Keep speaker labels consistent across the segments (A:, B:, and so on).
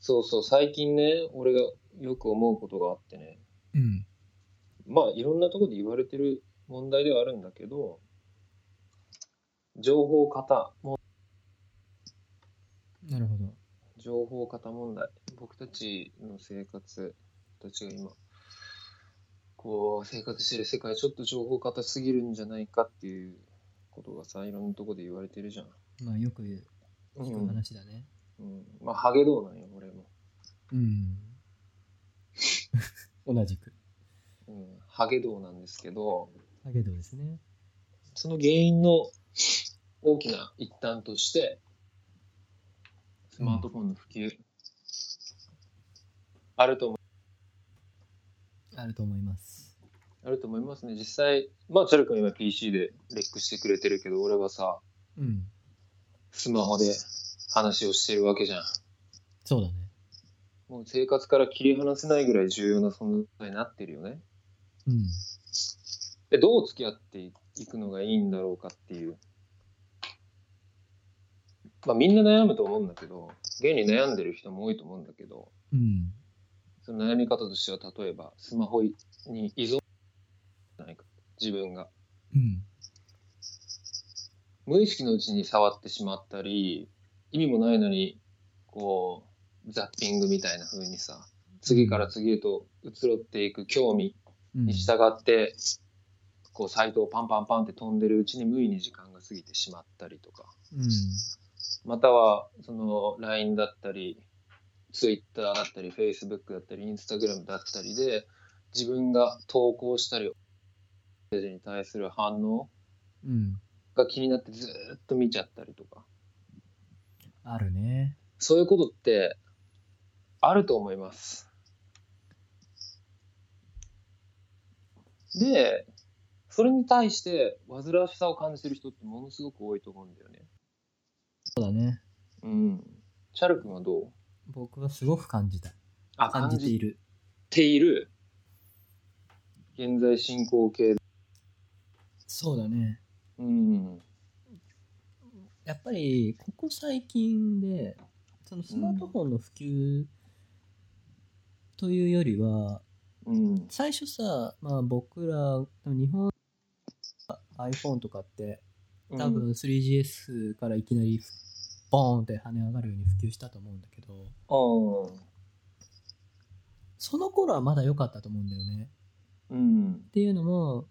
A: そうそう、最近ね、俺がよく思うことがあってね、
B: うん。
A: まあ、いろんなところで言われてる問題ではあるんだけど、情報型も、
B: なるほど。
A: 情報型問題。僕たちの生活、僕たちが今、こう、生活してる世界、ちょっと情報型すぎるんじゃないかっていうことがさ、いろんなところで言われてるじゃん。
B: まあよく聞
A: う
B: く
A: ん。
B: 話だね。
A: うん、まあ、ハゲどうなんよ、俺も。
B: うん。 同じく。
A: うん、ハゲ道なんですけど、
B: ハゲドウですね。
A: その原因の大きな一端として、スマートフォンの普及、あると思
B: あると思います。
A: あると思いますね。実際、まあ、チャル君今 PC でレックしてくれてるけど、俺はさ、
B: うん。
A: スマホで話をしてるわけじゃん。
B: そうだね。
A: もう生活から切り離せないぐらい重要な存在になってるよね。
B: うん。
A: で、どう付き合っていくのがいいんだろうかっていう。まあ、みんな悩むと思うんだけど、現に悩んでる人も多いと思うんだけど、
B: うん。
A: その悩み方としては例えばスマホに依存じゃないか自分が
B: うん。
A: 無意識のうちに触ってしまったり意味もないのにこうザッピングみたいな風にさ次から次へと移ろっていく興味
B: うん
A: に従って、こうサイトをパンパンパンって飛んでるうちに無意に時間が過ぎてしまったりとか
B: うん。
A: またはその LINE だったり Twitter だったり Facebook だったり Instagram だったりで自分が投稿したりメッセージに対する反応
B: うん。
A: が気になってずーっと見ちゃったりとか
B: あるね。
A: そういうことってあると思います。でそれに対して煩わしさを感じてる人ってものすごく多いと思うんだよね。
B: そうだね。
A: うん。チャル君はどう
B: 僕はすごく感じた。
A: あ
B: 感じている。
A: っている現在進行形
B: そうだね。
A: うん
B: やっぱりここ最近でそのスマートフォンの普及というよりは、
A: うん
B: 最初さ、まあ、僕ら日本 iPhone とかって多分 3GS からいきなりボーンって跳ね上がるように普及したと思うんだけどその頃はまだ良かったと思うんだよね。
A: うん
B: っていうのも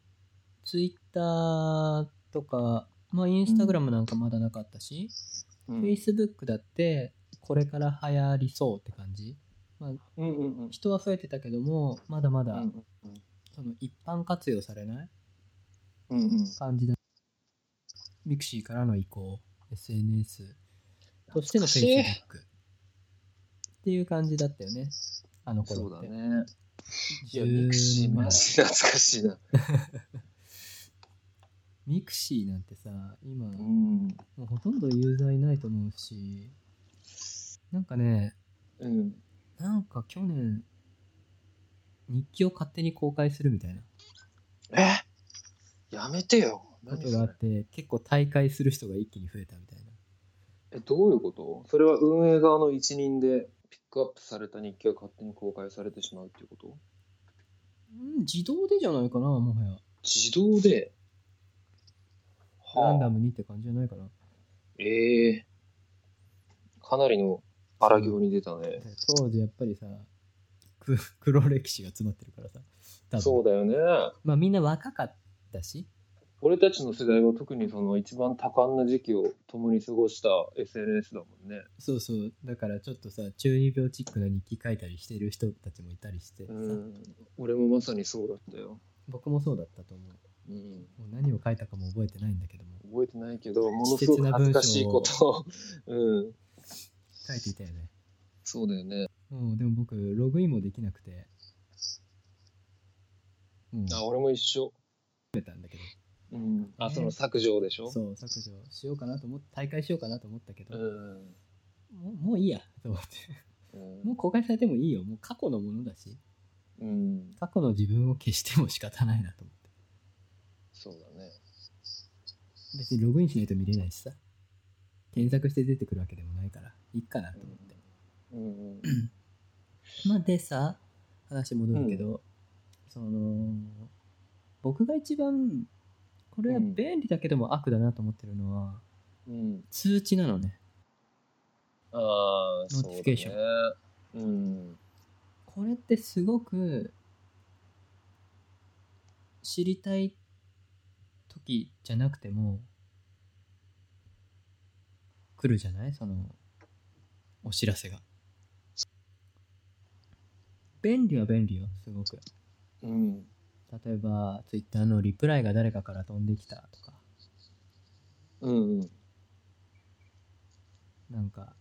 B: Twitter とか、まあ、Instagram なんかまだなかったし、
A: うん
B: Facebook だってこれから流行りそうって感じ
A: うんうん
B: 人は増えてたけどもまだま
A: う
B: だ
A: ん
B: その一般活用されない
A: うんうん
B: 感じだミクシーからの移行 SNS としての Facebook っていう感じだったよねあの
A: そう
B: 頃っ
A: だ
B: て
A: ねいや
B: 10
A: ミクシーマジ懐かしいな
B: ミクシーなんてさ今
A: うん
B: もうほとんどユーザーいないと思うしなんかね
A: うん
B: なんか去年日記を勝手に公開するみたいな
A: えやめてよ
B: こ
A: 何
B: と
A: そ
B: があ
A: れ
B: って結構大会する人が一気に増えたみたいな
A: えどういうことそれは運営側の一任でピックアップされた日記が勝手に公開されてしまうっていうこと
B: うん自動でじゃないかなもはや
A: 自動ではあ
B: ランダムにって感じじゃないかな
A: ええかなりの荒行に出たね。
B: 当時やっぱりさく 黒歴史が詰まってるからさ多分
A: そうだよね。
B: まあみんな若かったし
A: 俺たちの世代は特にその一番多感な時期を共に過ごした SNS だもんね。
B: そうそうだからちょっとさ中二病チックな日記書いたりしてる人たちもいたりしてさ、
A: うん。俺もまさにそうだったよ。
B: 僕もそうだったと思
A: う
B: う
A: ん。
B: もう何を書いたかも覚えてないんだけども
A: 覚えてないけど、ものすごく恥ずかしいことを。うん。
B: 書いていたよね
A: そうだよね。
B: うんでも僕ログインもできなくてうん
A: あ、俺も一緒。
B: 出たんだけど
A: うん。あ、その削除でしょ。
B: そう削除しようかなと思って大会しようかなと思ったけど、
A: うん。
B: もう もういいやと思って
A: うん
B: もう公開されてもいいよもう過去のものだし
A: うん。
B: 過去の自分を消しても仕方ないなと思って
A: そうだね。
B: 別にログインしないと見れないしさ検索して出てくるわけでもないからいっかなと思って、
A: うんうん。
B: まあ、でさ話戻るけど、その僕が一番これは便利だけども悪だなと思ってるのは、
A: うん。
B: 通知なのね
A: ああ、そう
B: ノーティ
A: だ
B: フィケーショ
A: ね。うん。
B: これってすごく知りたい時じゃなくても来るじゃないそのお知らせが便利は便利よすごく
A: うん。
B: 例えば Twitter のリプライが誰かから飛んできたとか
A: うん。うん。
B: なんか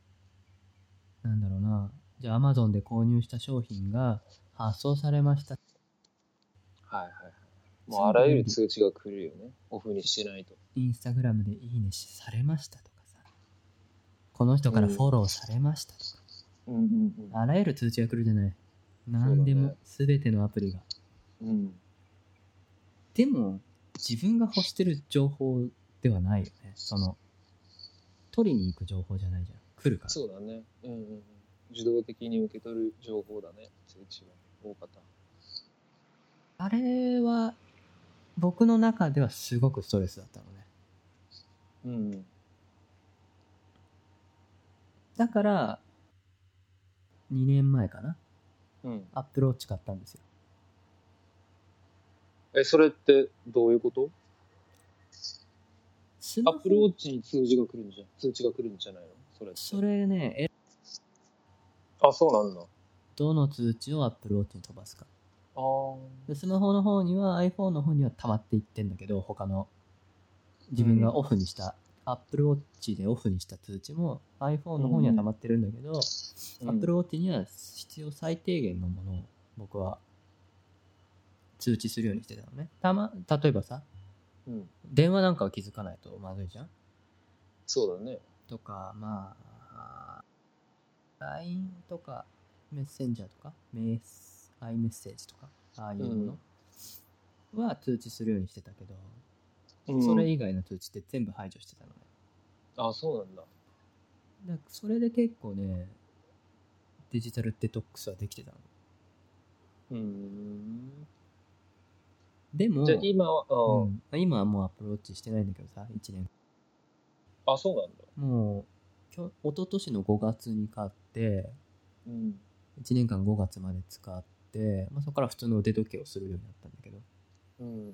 B: なんだろうなじゃあ Amazon で購入した商品が発送されました
A: はいはいはい。もうあらゆる通知が来るよね。オフにしてないと。
B: インスタグラムでいいねしされましたとかさこの人からフォローされましたとか、
A: うんうん
B: あらゆる通知が来るじゃな
A: だ
B: い
A: ね
B: 何でも全てのアプリが、
A: うん。うん。
B: でも自分が欲してる情報ではないよねその取りに行く情報じゃないじゃん来るから
A: そうだね。うんうんうん。自動的に受け取る情報だね。通知が多かった。
B: あれは僕の中ではすごくストレスだったのね
A: うん。
B: だから2年前かな
A: うん。
B: アップローチ買ったんですよ
A: え、それってどういうこと
B: スマ
A: ア
B: ホ
A: ップルウォッチに通知が来るんじゃ、通知が来るんじゃないのそれって。
B: それねえ
A: あ、そうなんだ。あ
B: どの通知をアップルウォッチに飛ばすか
A: あ。
B: でスマホの方には iPhone の方には溜まっていってんだけど他の自分がオフにした、Apple Watch でオフにした通知も iPhone の方には溜まってるんだけど、Apple Watch には必要最低限のものを僕は通知するようにしてたのねた、ま、例えばさ
A: うん。うん。
B: 電話なんかは気づかないとまずいじゃん
A: そうだね。
B: とかまあ LINE とかメッセンジャーとかメス iMessage とかああいうものは通知するようにしてたけど、
A: うん
B: それ以外の通知って全部排除してたのね
A: あ、そうなんだ。
B: だからそれで結構ねデジタルデトックスはできてたの
A: うん。
B: でも
A: じゃあ今は、
B: う
A: あ
B: ん今はもうアプローチしてないんだけどさ1年
A: あ、そうなんだ。
B: もうきょ一昨年の5月に買って
A: うん。
B: 1年間5月まで使って、まあ、そこから普通の腕時計をするようになったんだけど
A: うん。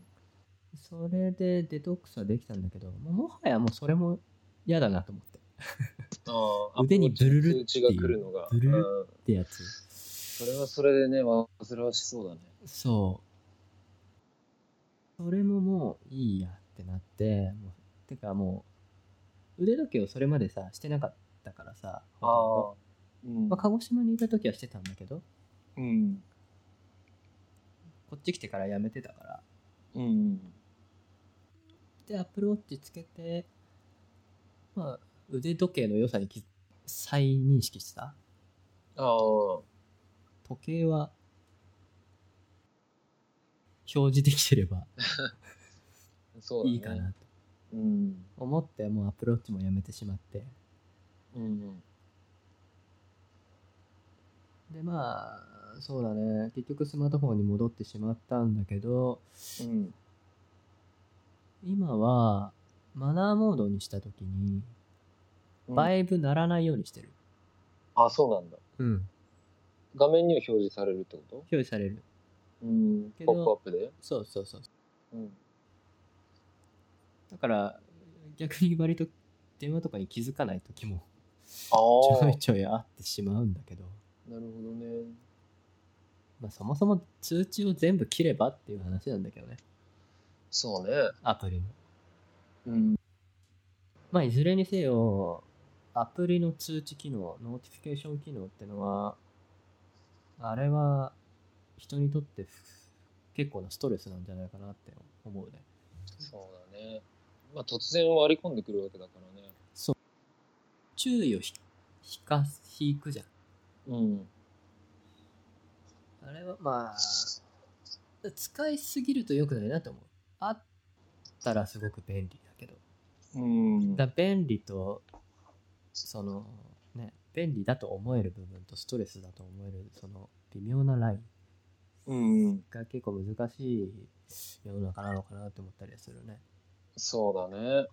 B: それでデトックスはできたんだけど、もうもはやもうそれも嫌だなと思って。
A: ああ。
B: 腕にブルルってい
A: 通
B: う
A: 知が来るのが。
B: ブルル
A: うん
B: ってやつ。
A: それはそれでね、煩わしそうだね。
B: そう。それももういいやってなって、もうてかもう腕時計をそれまでさ、してなかったからさ、ほとんど。
A: うん
B: まあ、鹿児島にいた時はしてたんだけど、
A: うん。
B: こっち来てからやめてたから。
A: うん。
B: で、アプローチつけて、まあ、腕時計の良さに気づ再認識した。
A: ああ。
B: 時計は表示できてれば
A: そうだね。
B: いいかなと
A: うん。
B: 思ってもうアプローチもやめてしまって
A: うん。
B: でまあそうだね結局スマートフォンに戻ってしまったんだけど
A: うん。
B: 今はマナーモードにした時にバイブ鳴らないようにしてる
A: あ、そうなんだ。
B: うん
A: 画面には表示されるってこ
B: 表示される
A: とうん。
B: けど
A: ポップアップで
B: そうそうそう
A: うん。
B: だから逆に割と電話とかに気づかない時も
A: あ
B: ち
A: あ。
B: ょいちょいあってしまうんだけど
A: なるほどね。
B: まあそもそも通知を全部切ればっていう話なんだけどね
A: そうね。
B: アプリの
A: うん。
B: まあ、いずれにせよ、アプリの通知機能、ノーティフィケーション機能ってのは、あれは人にとってふ結構なストレスなんじゃないかなって思うね。
A: そうだね。まあ、突然割り込んでくるわけだからね。
B: 注意をひ引か引くじゃん。
A: うん。
B: あれはまあ、使いすぎると良くないなと思う。あったらすごく便利だけど。
A: うん
B: だから便利と、そのね、便利だと思える部分とストレスだと思えるその微妙なライン
A: うん、
B: が結構難しい世の中なのかなって思ったりはするね。
A: そうだね。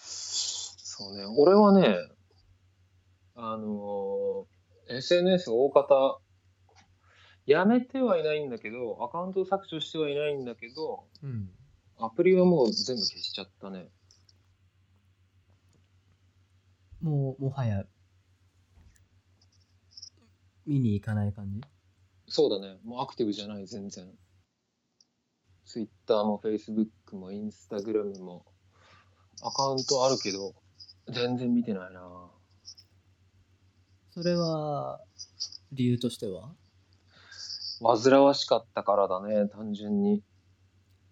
A: そうね、俺はね、あのー SNS 大方、やめてはいないんだけど、アカウント削除してはいないんだけど、
B: うん。
A: アプリはもう全部消しちゃったね。
B: もうもはや見に行かない感じ
A: そうだね。もうアクティブじゃない、全然。Twitter も Facebook も Instagram も、アカウントあるけど、全然見てないな
B: それは理由としては
A: 煩わしかったからだね、単純に。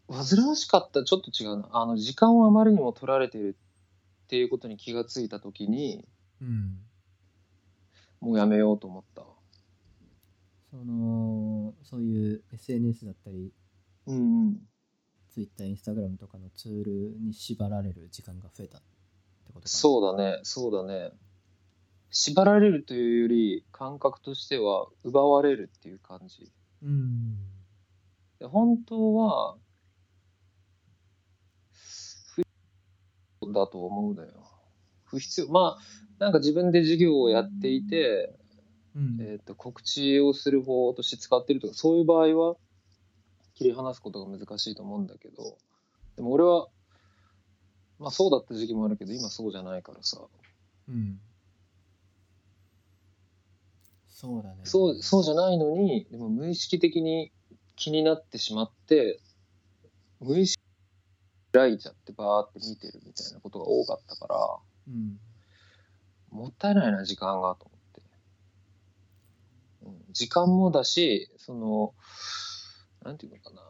A: 煩わしかった、ちょっと違うな。あの、時間をあまりにも取られてるっていうことに気がついたときに、
B: うん。
A: もうやめようと思った。
B: そのそういう SNS だったり
A: うんうん。
B: Twitter、Instagram とかのツールに縛られる時間が増えたってことかな
A: そうだね、そうだね。縛られるというより、感覚としては奪われるっていう感じ。
B: うん。
A: で本当は、不必要だと思うだよ。不必要。まあ、なんか自分で事業をやっていて、
B: うん
A: えー、と告知をする方として使ってるとか、そういう場合は、切り離すことが難しいと思うんだけど、でも俺は、まあそうだった時期もあるけど、今そうじゃないからさ、
B: うん。そうだね。
A: そうそうじゃないのに、でも無意識的に気になってしまって、無意識に開いちゃってバーって見てるみたいなことが多かったから、
B: うん。
A: もったいないな、時間がと思って。うん、時間もだし、その、なんていうのかな。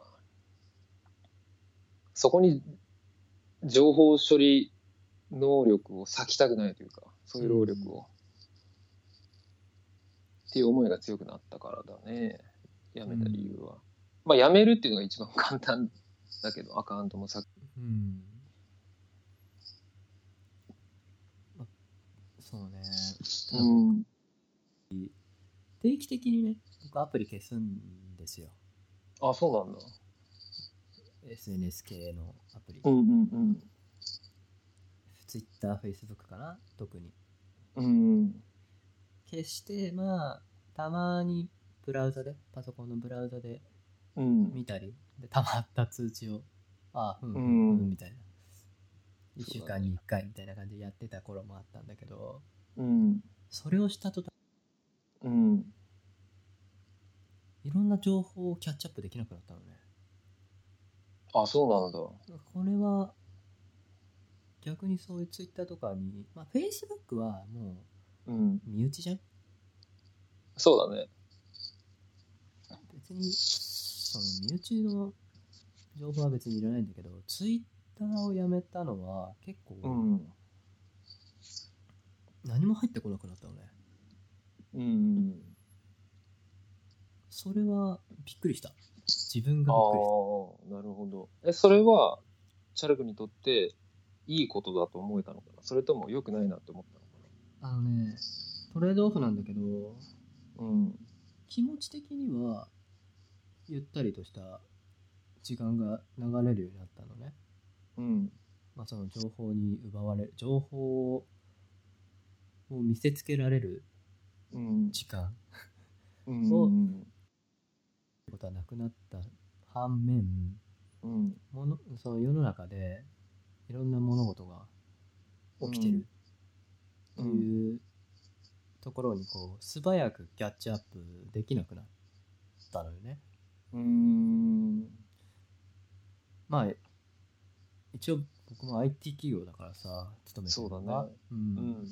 A: そこに情報処理能力を割きたくないというか、そういう労力を。
B: うん
A: っていう思いが強くなったからだね。やめた理由は。まあ、やめるっていうのが一番簡単だけど、アカウントもさ
B: うん。まそうね。
A: ん。
B: 定期的にね、僕アプリ消すんですよ。
A: あ、そうなんだ。
B: SNS 系のアプリ。
A: うんうん
B: ツイッター、フェイスブックかな特に。
A: うん。うん。
B: 消して、まあ、たまにブラウザで、パソコンのブラウザで
A: うん。
B: 見たり、で、たまった通知を、ああ、うん、
A: う、
B: うん
A: ん
B: うんみたいな。1週
A: そうだ
B: 間
A: ね
B: に1回みたいな感じでやってた頃もあったんだけど、
A: うん。
B: それをした途端、
A: うん。
B: いろんな情報をキャッチアップできなくなったのね。
A: あ、そ
B: これは、逆にそういうツイッターとかに、まあ、Facebook はも
A: うなんだ。うん。
B: う身内じゃん
A: そうだね。
B: 別に、その身内の情報は別にいらないんだけど、ツイッターをやめたのは結構
A: ん。
B: 何も入ってこなくなったのね。
A: うん。
B: それはびっくりした。自分
A: あ
B: が
A: あ
B: びっくりし、
A: なるほど。え、それは、チャルクにとっていいことだと思えたのかなそれとも良くないなって思ったのか
B: た。あのね、トレードオフなんだけど、
A: なうん。
B: 気持ち的にはゆったりとした時間が流れるようになったのね。
A: うん。
B: まあ、その情報に奪われる、情報を見せつけられる
A: うん。
B: 時間
A: うん。
B: ってことはなくなった反面、
A: うん。
B: ものその世の中でいろんな物事が起きてると
A: うん。
B: いうところにこう素早くキャッチアップできなくなったのよね。
A: うん。
B: まあ一応僕も IT 企業だからさ勤めてるのが
A: そうだね
B: うん
A: うん。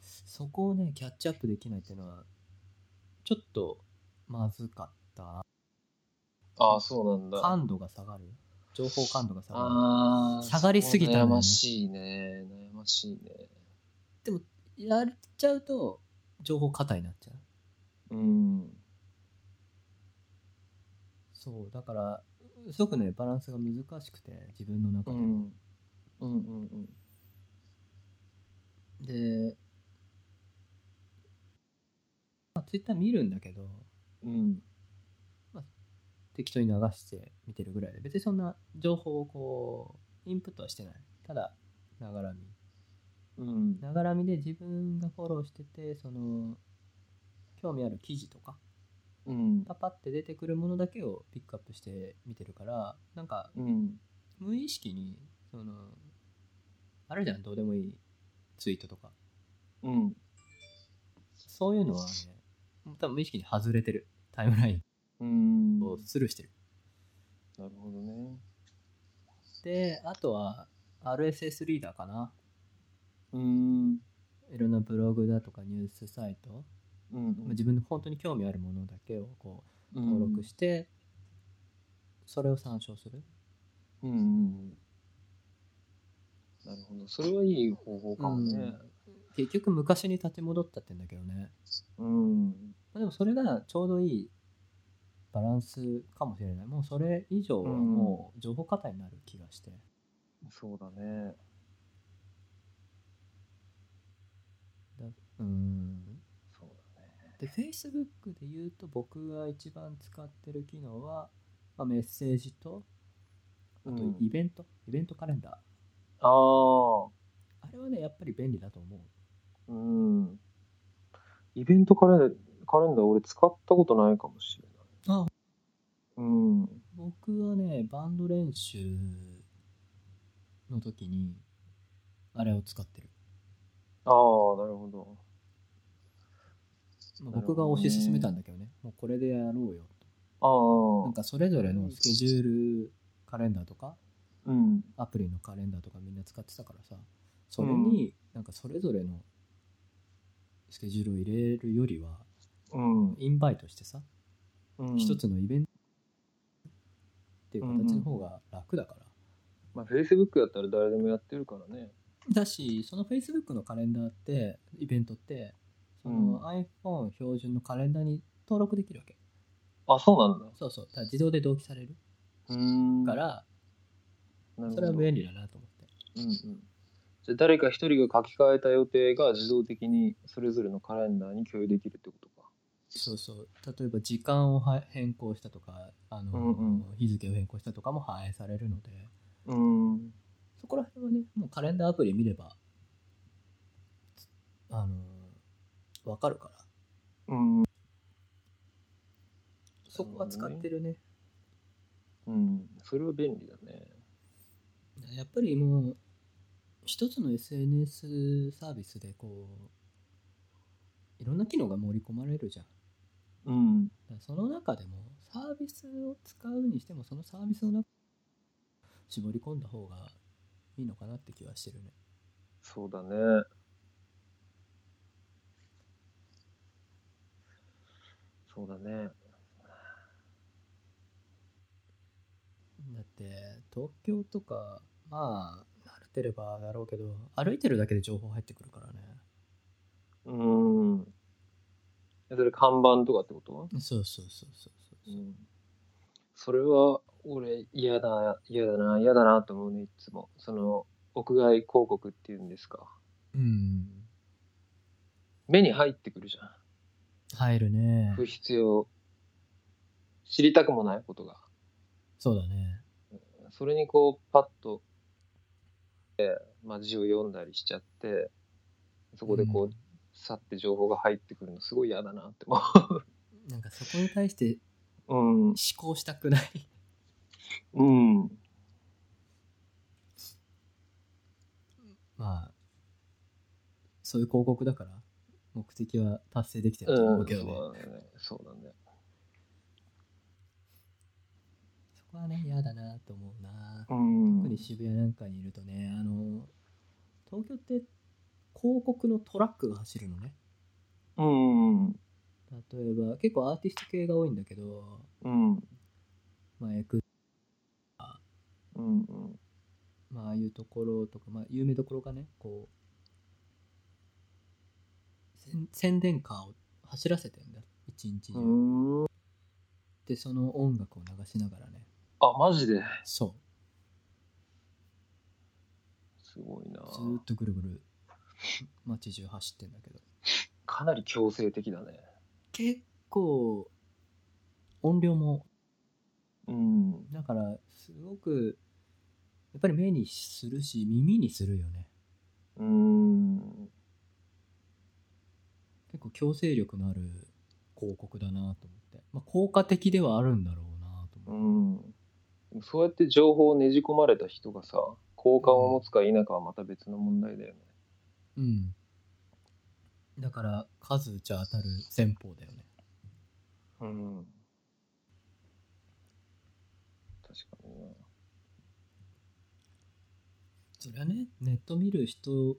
B: そこをねキャッチアップできないっていうのはちょっとまずかった
A: ああ、そうなんだ。
B: 感度が下がる情報感度が下が
A: ああ。
B: 下がりすぎたね
A: 悩ましいね。悩ましいね。
B: るやっちゃうと情報過多になっちゃう
A: うん。
B: そうだからすごくねバランスが難しくて自分の
A: う
B: 中では、
A: ん。うんうんうん。
B: で、まあ、ツイッター見るんだけど、
A: うん。
B: 適当に流して見てるぐらいで、別にそんな情報をこう、インプットはしてない。ただ、ながら見。
A: うん。
B: ながら見で自分がフォローしてて、その、興味ある記事とか、
A: うん。
B: パパって出てくるものだけをピックアップして見てるから、なんか、
A: うん。
B: 無意識に、その、あるじゃん、どうでもいいツイートとか。
A: うん。
B: そういうのはね、多分無意識に外れてる。タイムライ
A: うん。
B: ンをスルーしてる。
A: なるほどね。
B: で、あとは RSS リーダーかな。
A: うん。
B: いろんなブログだとかニュースサイト、
A: うん。
B: まあ自分の本当に興味あるものだけをこう
A: 登
B: 登録して、それを参照する。
A: うんうんうん。なるほど。それはいい方法かもね。
B: 結局昔に立ち戻ったってんだけどね。
A: うん。
B: まあでもそれがちょうどいいバランスかもしれない。もうそれ以上はもう情報過多になる気がして。
A: そうだね。
B: うん
A: そうだね。
B: で Facebook で言うと僕が一番使ってる機能は、まあ、メッセージとあと
A: うん
B: イベント、イベントカレンダー
A: ああ。
B: あれはねやっぱり便利だと思う
A: うん。イベントカレンダー、カレンダー俺使ったことないかもしれない。
B: あ
A: うん。
B: 僕はねバンド練習の時にあれを使ってる、
A: ああ、なるほど。
B: まあ
A: なるほ
B: 僕が
A: どね
B: 推し進めたんだけどねもうこれでやろうよ
A: ああ。
B: なんかそれぞれのスケジュールカレンダーとか
A: うん。
B: アプリのカレンダーとかみんな使ってたからさそれになんかそれぞれのスケジュールを入れるよりは
A: うん。
B: インバイトしてさ
A: うん
B: 一、つのイベントっていう形の方が楽だから、
A: まあ、Facebook やったら誰でもやってるからね。
B: だしその Facebook のカレンダーってイベントってその iPhone 標準のカレンダーに登録できるわけ
A: あ、そうなんだ。
B: そうそうだから自動で同期される
A: うん。
B: から、
A: なるほど
B: それは便利だなと思って
A: うんうん。じゃあ誰か一人が書き換えた予定が自動的にそれぞれのカレンダーに共有できるってことか。
B: そうそう例えば時間をは変更したとかあの、
A: うん
B: 日付を変更したとかも反映されるので
A: うん。
B: そこら辺はねもうカレンダーアプリ見ればつあの分かるから
A: うん。
B: そこは使ってるね
A: うん。それは便利だね。
B: やっぱりもう一つの SNS サービスでこういろんな機能が盛り込まれるじゃん
A: う
B: だ
A: ん。
B: からその中でもサービスを使うにしてもそのサービスの中絞り込んだ方がいいのかなって気はしてるね
A: そうだね。そうだね。
B: だって東京とかまあ慣れてればだろうけど歩いてるだけで情報入ってくるからね
A: うん。えそれ看板とかってこと
B: そうそうそうそうそうう、
A: ん。それは俺嫌だ、嫌だな、嫌だなと思うね、いつも。その、屋外広告っていうんですか。
B: うん、
A: 目に入ってくるじゃん。
B: 入るね
A: 不必要。知りたくもないことが。
B: そうだね
A: それにこう、パッと、えーまあ、字を読んだりしちゃって、そこでこう、
B: うん
A: さって情報が入ってくるのすごい嫌だなって思
B: なんかそこに対して
A: う。うん
B: 思。考したくない
A: うん。
B: まあ、そういう広告だから、目的は達成できてると思うけどね。
A: そうだね。そうだね。
B: そこはね、嫌だなと思うな。
A: うん
B: 特に渋谷なんかにいるとね、あの、東京って広告のトラックが走るのね。
A: うん。
B: 例えば、結構アーティスト系が多いんだけど、
A: うん。
B: まあ、エク
A: うん。
B: まあ、ああいうところとか、まあ、有名どころがね、こう、宣宣伝カーを走らせてんだ、一日中。
A: うん。
B: で、その音楽を流しながらね。
A: あ、マジで
B: そう。
A: すごいな。
B: ずーっとぐるぐる街中走ってんだけど
A: かなり強制的だね。
B: 結構音量も
A: うん。
B: だからすごくやっぱり目にするし耳にするよね
A: うん。
B: 結構強制力のある広告だなと思って、まあ、効果的ではあるんだろうなと
A: う
B: 思って、
A: ん。でもそうやって情報をねじ込まれた人がさ、好感を持つか否かはまた別の問題だよね。
B: うん、だから数打ちゃ当たる戦法だよね
A: うん。確かにな。
B: それはねネット見る人よ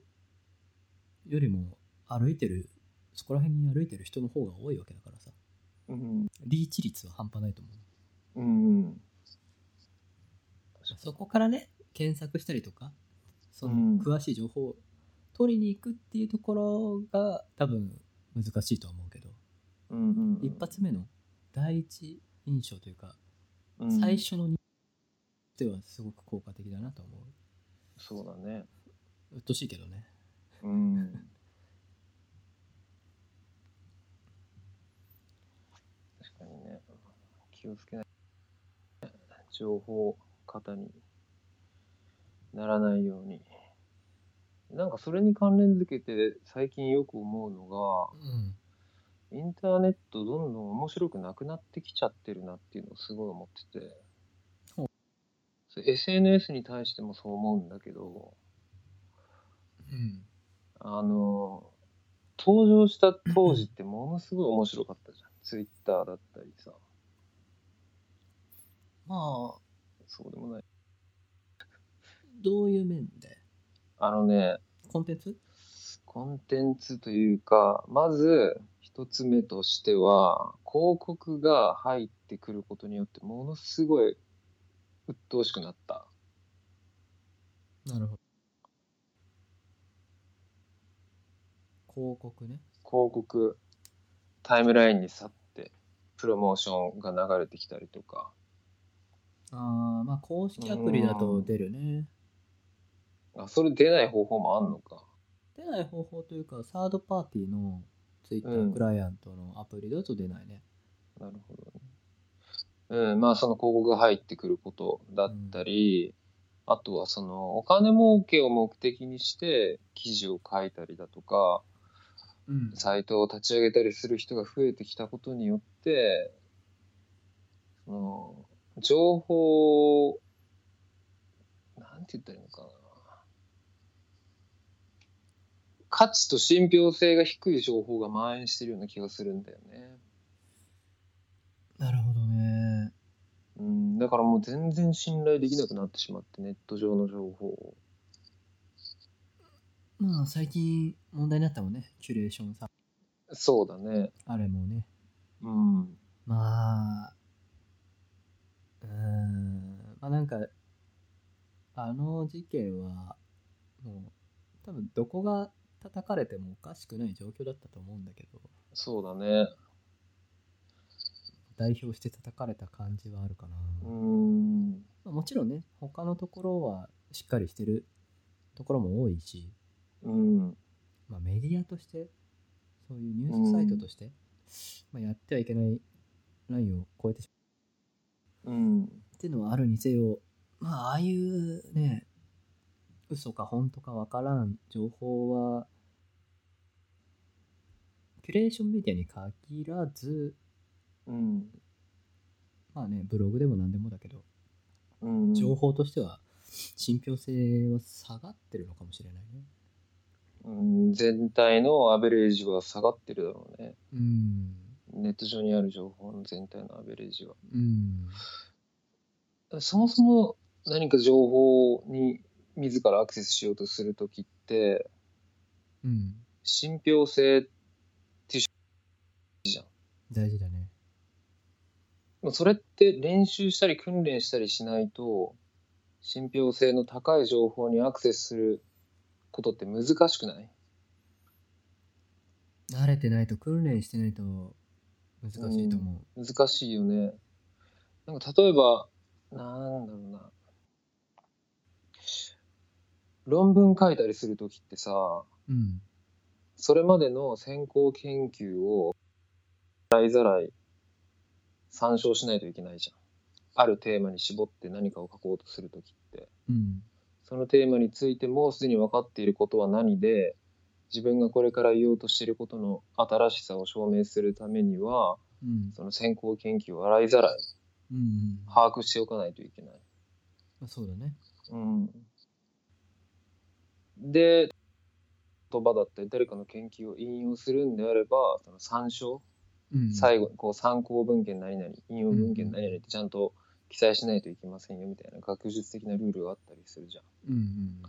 B: りも歩いてるそこら辺に歩いてる人の方が多いわけだからさ
A: うん。
B: リーチ率は半端ないと思う
A: うん。
B: そこからね検索したりとかそ
A: うん
B: の詳しい情報を取りに行くっていうところが多分難しいとは思うけど、
A: うんうんうん
B: 一発目の第一印象というか、
A: うん
B: 最初のにではすごく効果的だなと思う
A: そうだね。
B: うっとしいけどね
A: うん。確かにね。気をつけない。情報型にならないように。なんかそれに関連づけて最近よく思うの
B: うん
A: が、インターネットどんどん面白くなくなってきちゃってるなっていうのをすごい思ってて
B: ほう。
A: それ SNS に対してもそう思うんだけど、
B: うん
A: あの、登場した当時ってものすごい面白かったじゃん。ツイッターだったりさ、
B: まあ
A: そうでもない。
B: どういう面で
A: あのね、
B: コンテンツ
A: コンテンツというか、まず一つ目としては、広告が入ってくることによってものすごい鬱陶しくなった。
B: なるほど広告ね
A: 広告、タイムラインに去って、プロモーションが流れてきたりとか、
B: ああまあ公式アプリだと出るね
A: あ、それ出ない方法もあんのか。
B: 出ない方法というかサードパーティーのツイッタ
A: うん
B: ークライアントのアプリだと出ないね、
A: なるほどね。うん、まあその広告が入ってくることだったり、あとはそのお金儲けを目的にして記事を書いたりだとか、
B: うん
A: サイトを立ち上げたりする人が増えてきたことによって、その情報を、なんて言ったらいいのかな。価値と信憑性が低い情報が蔓延してるような気がするんだよね。
B: なるほどね
A: うん、だからもう全然信頼できなくなってしまって、ネット上の情報を。
B: まあ最近問題になったもんねキュレーションさ
A: そうだね。
B: あれもね
A: うん。
B: まあうーんまあなんかあの事件はもう多分どこが叩かれてもおかしくない状況だったと思うんだけど
A: そうだね。
B: 代表して叩かれた感じはあるかな、
A: うん。
B: まあもちろんね他のところはしっかりしてるところも多いし、
A: うん。
B: まあ、メディアとしてそういうニュースサイトとして、まあ、やってはいけないラインを超えてしま
A: うん。
B: うっていうのはあるにせよまあああいうね嘘か本当かわからん情報はキュレーションメディアに限らず
A: うん。
B: まあねブログでも何でもだけど
A: うん。
B: 情報としては信憑性は下がってるのかもしれないね
A: うん、全体のアベレージは下がってるだろうね。
B: うん
A: ネット上にある情報の全体のアベレージは。
B: うん
A: そもそも何か情報に自らアクセスしようとするときって、
B: うん
A: 信憑性、
B: 大事だね
A: まあそれって練習したり訓練したりしないと信憑性の高い情報にアクセスすることって難しくない
B: 慣れてないと訓練してないと難しいと思
A: 難しいよね。なんか例えば、なんだろうな。論文書いたりするときってさ、
B: うん。
A: それまでの先行研究を大ざらい参照しないといけないじゃん。あるテーマに絞って何かを書こうとするときって。
B: うん。
A: そのテーマについてもうすでに分かっていることは何で、自分がこれから言おうとしていることの新しさを証明するためには、
B: うん。
A: その先行研究を洗いざらい
B: うん。
A: 把握しておかないといけない。
B: まあそうだね。
A: うん、で、言葉だったり誰かの研究を引用するんであれば、その参照
B: うん。
A: 最後にこう参考文献何々引用文献何々ってちゃんと記載しないといけませんよみたいな学術的なルールがあったりするじゃん。
B: うんうん。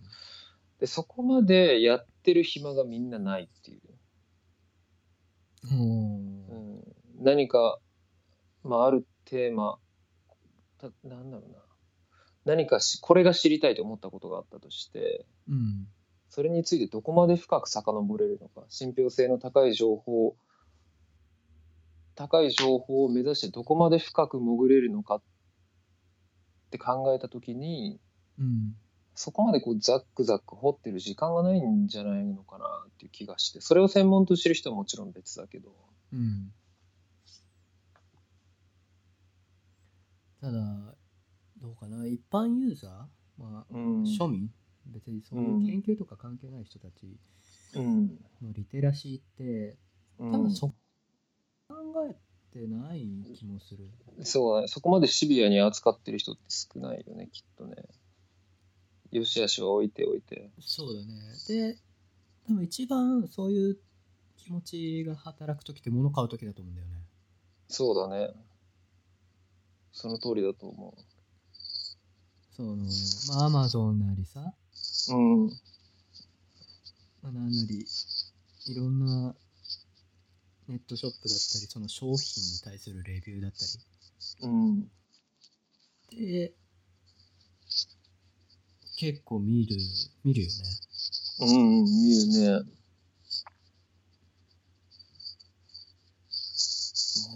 A: でそこまでやってる暇がみんなないっていう、
B: うん
A: う
B: おー
A: ん、何か、まあ、あるテーマたなんだろうな何かしこれが知りたいと思ったことがあったとして
B: うん。
A: それについてどこまで深く遡れるのか信憑性の高い情報高い情報を目指してどこまで深く潜れるのかって考えた時に
B: うん。
A: そこまでこうザックザック掘ってる時間がないんじゃないのかなっていう気がしてそれを専門としてる人はもちろん別だけど
B: うん。ただ、どうかな。一般ユーザーまあ、
A: うん
B: 庶民別にそういう研究とか関係ない人たち
A: うん
B: のリテラシーって、
A: う
B: 多
A: ん
B: 分そ、考えてない気もする。
A: そうだねそこまでシビアに扱ってる人って少ないよねきっとねよしあしは置いておいて
B: そうだね。で、多分一番そういう気持ちが働くときって物買うときだと思うんだよね。
A: そうだねその通りだと思う
B: その、まあ、アマゾンなりさ、
A: うん、
B: まあ、なんなり、いろんなネットショップだったり、その商品に対するレビューだった
A: うん、
B: り。で、結構見る、見るよね。
A: うん、見るね。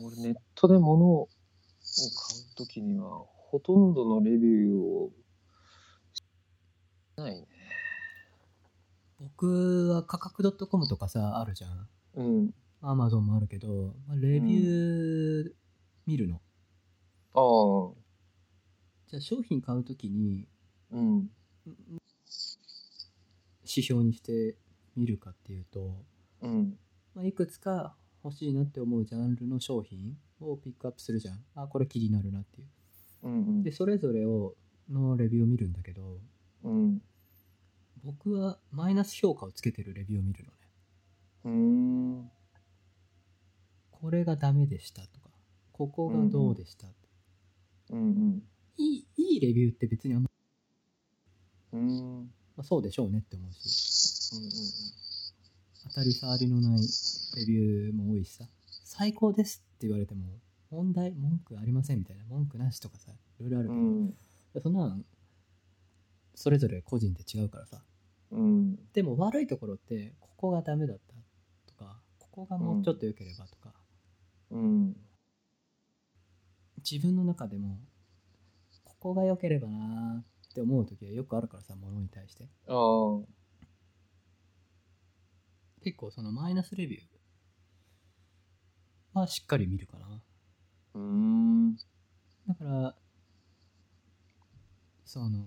A: もう俺、ネットで物を買うときには、ほとんどのレビューを、ないね。
B: 僕は価格 .com とかさ、あるじゃん。
A: うん。
B: アマゾンもあるけど、まあ、レビュー見るの。
A: ああ、
B: じゃあ商品買うときに、
A: うん。
B: 指標にしてみるかっていうと、
A: うん。
B: まあ、いくつか欲しいなって思うジャンルの商品をピックアップするじゃんあこれ気になるなっていう
A: うん
B: で。それぞれをのレビューを見るんだけど
A: うん。
B: 僕はマイナス評価をつけてるレビューを見るのね
A: うん。
B: これがダメでしたとかここがどうでした、
A: うん。
B: いいいいレビューって別にあんま、
A: うん。うん。
B: まあ、そうでしょうねって思うし当たり障りのないレビューも多いしさ最高ですって言われても問題文句ありませんみたいな文句なしとかさいろいろあ
A: う
B: るけど、
A: ん。
B: そんなんそれぞれ個人で違うからさ
A: うん。
B: でも悪いところってここがダメだったとかここがもうちょっと良ければとか、
A: うん。
B: 自分の中でもここが良ければなーって思う時はよくあるからさものに対して
A: ああ。
B: 結構そのマイナスレビューはしっかり見るかな
A: うん。
B: だからその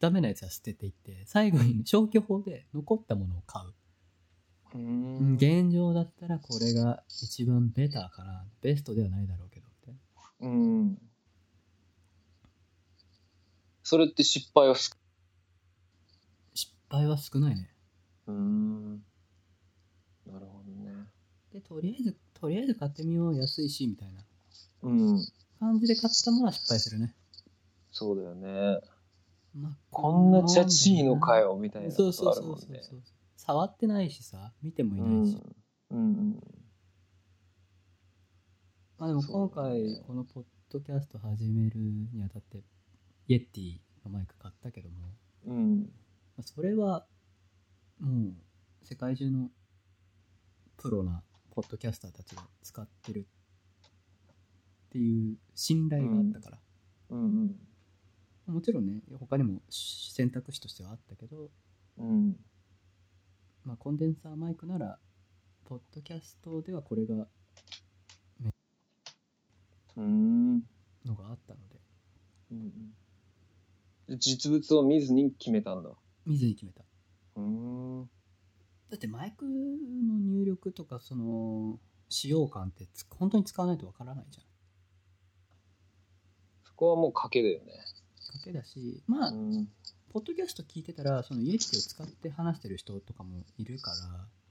B: ダメなやつは捨てていって最後に消去法で残ったものを買う
A: うん。
B: 現状だったらこれが一番ベターかなベストではないだろうけどみたいな
A: うん。それって失敗は少
B: 失敗は少ないね
A: うん。なるほどね。
B: でとりあえずとりあえず買ってみよう安いしみたいな
A: うん。
B: 感じで買ったものは失敗するね、
A: そうだよね。
B: まあ
A: こんなチャチーのかよ、みたいな
B: そう
A: こ
B: そ
A: と
B: う
A: あ
B: そ
A: るも
B: うんそう
A: ね。
B: そう触ってないしさ見てもいうない
A: ん
B: し、。
A: うん。
B: まあでも
A: そ
B: 今
A: うだね
B: 回このポッドキャスト始めるにあたってイエティのマイク買ったけども、
A: うん。
B: まあそれはもう世界中のプロなポッドキャスターたちが使ってるっていう信頼があったから、
A: うん。
B: もちろんね他にも選択肢としてはあったけど、
A: うん。
B: まあ、コンデンサーマイクならポッドキャストではこれが
A: うん。
B: のがあったので
A: うんで実物を見ずに決めたんだ。
B: 見ずに決めた
A: うん。
B: だってマイクの入力とかその使用感ってつ本当に使わないとわからないじゃん
A: そこはもう賭けだよね。
B: 賭けだしまあ、
A: うん。
B: ポッドキャスト聞いてたらそのイエスを使って話してる人とかもいるか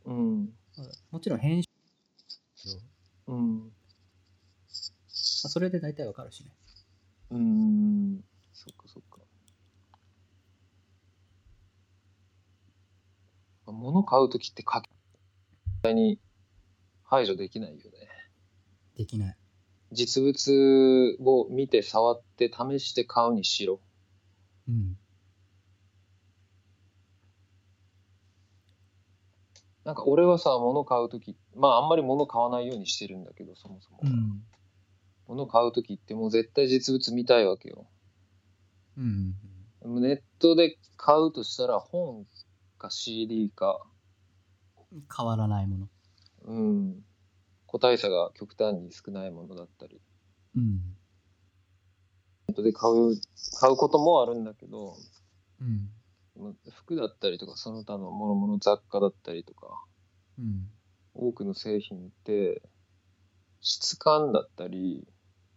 B: ら
A: うん。
B: まあもちろん編集よ、ま
A: うん。
B: あ、それで大体わかるしね
A: うん。そっかそっか。まあ物買うときって賭け、絶対に排除できないよね。
B: できない
A: 実物を見て触って試して買うにしろ。
B: うん
A: なんか俺はさ、物買うとき、まああんまり物買わないようにしてるんだけど、そもそも。
B: うん
A: 物買うときってもう絶対実物見たいわけよ。
B: うん
A: ネットで買うとしたら本か CD か、
B: 変わらないもの
A: うん。個体差が極端に少ないものだったり。
B: うん
A: ネットで買う、買うこともあるんだけど、
B: うん
A: 服だったりとか、その他の諸々雑貨だったりとか、
B: うん
A: 多くの製品って、質感だったり、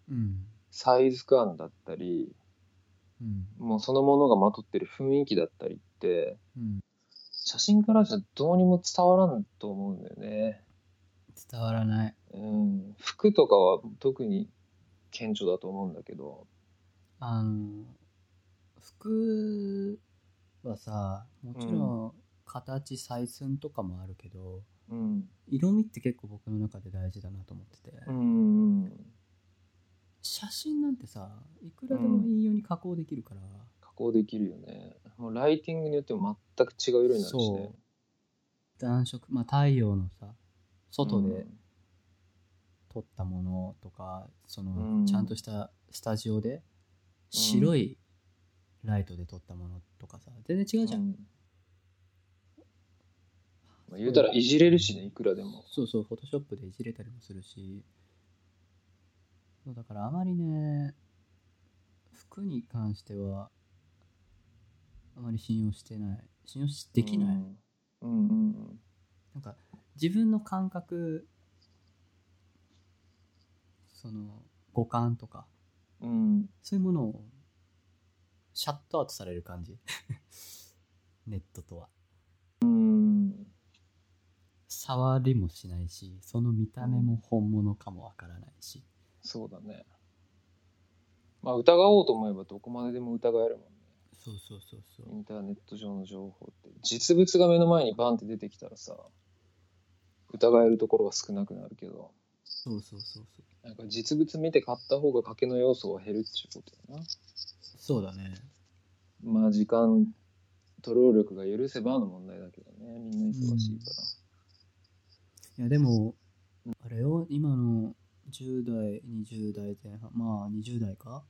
B: うん
A: サイズ感だったり、
B: うん
A: もうそのものがまとってる雰囲気だったりって、
B: うん
A: 写真からじゃどうにも伝わらんと思うんだよね。
B: 伝わらない
A: うん、服とかは特に顕著だと思うんだけど。
B: あの服はさもちろん形採寸とかもあるけど、
A: うん。
B: 色味って結構僕の中で大事だなと思ってて、
A: うん。
B: 写真なんてさいくらでもいいように加工できるから、
A: 加工できるよね。もうライティングによっても全く違う色になるしね。
B: 暖色まあ太陽のさ外で
A: うん
B: 撮ったものとか、その、
A: うん
B: ちゃんとしたスタジオで白いライトで撮ったものとかさ全然違うじゃん、
A: うんまあ、言うたらいじれるしね、いくらでも。
B: そうそうフォトショップでいじれたりもするしそうだからあまりね服に関してはあまり信用してない信用しできな
A: う
B: い、
A: んうんうん
B: なんか自分の感覚その五感とか
A: うん。うん。
B: そういうものをシャットアウトされる感じ ネットとは
A: うん
B: 触りもしないしその見た目も本物かもわからないし、
A: そうだね。まあ疑おうと思えばどこまででも疑えるもんね。
B: そうそうそうそう
A: インターネット上の情報って。実物が目の前にバンって出てきたらさ、疑えるところは少なくなるけど、
B: そうそうそうそう
A: なんか実物見て買った方が賭けの要素は減るっていうことや
B: そうだね
A: な。まあ時間、と労力が許せばの問題だけどね。みんな忙しいか。
B: いやでもあれよ今の10代20代前半まあ20代か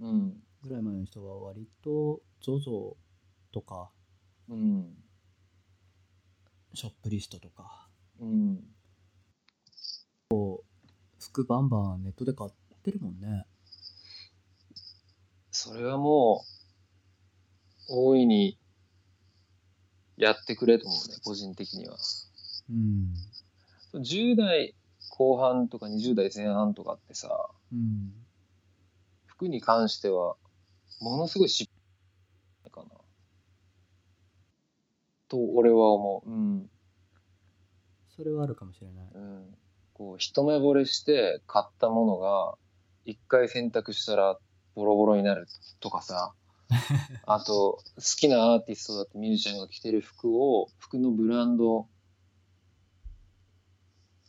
B: ら
A: うん。
B: ぐらい前の人は割と ZOZO とか
A: うん。
B: ショップリストとか
A: うん。
B: 服バンバンネットで買ってるもんね
A: それはもう、大いにやってくれと思うね、個人的には。
B: うん
A: 10代後半とか20代前半とかってさ、
B: うん
A: 服に関しては、ものすごい失敗かな。と、俺は思う。うん。
B: それはあるかもしれない
A: うん。こう、一目惚れして買ったものが、一回洗濯したらボロボロになるとか さ。あと、好きなアーティストだってミュージシャンが着てる服を、服のブランド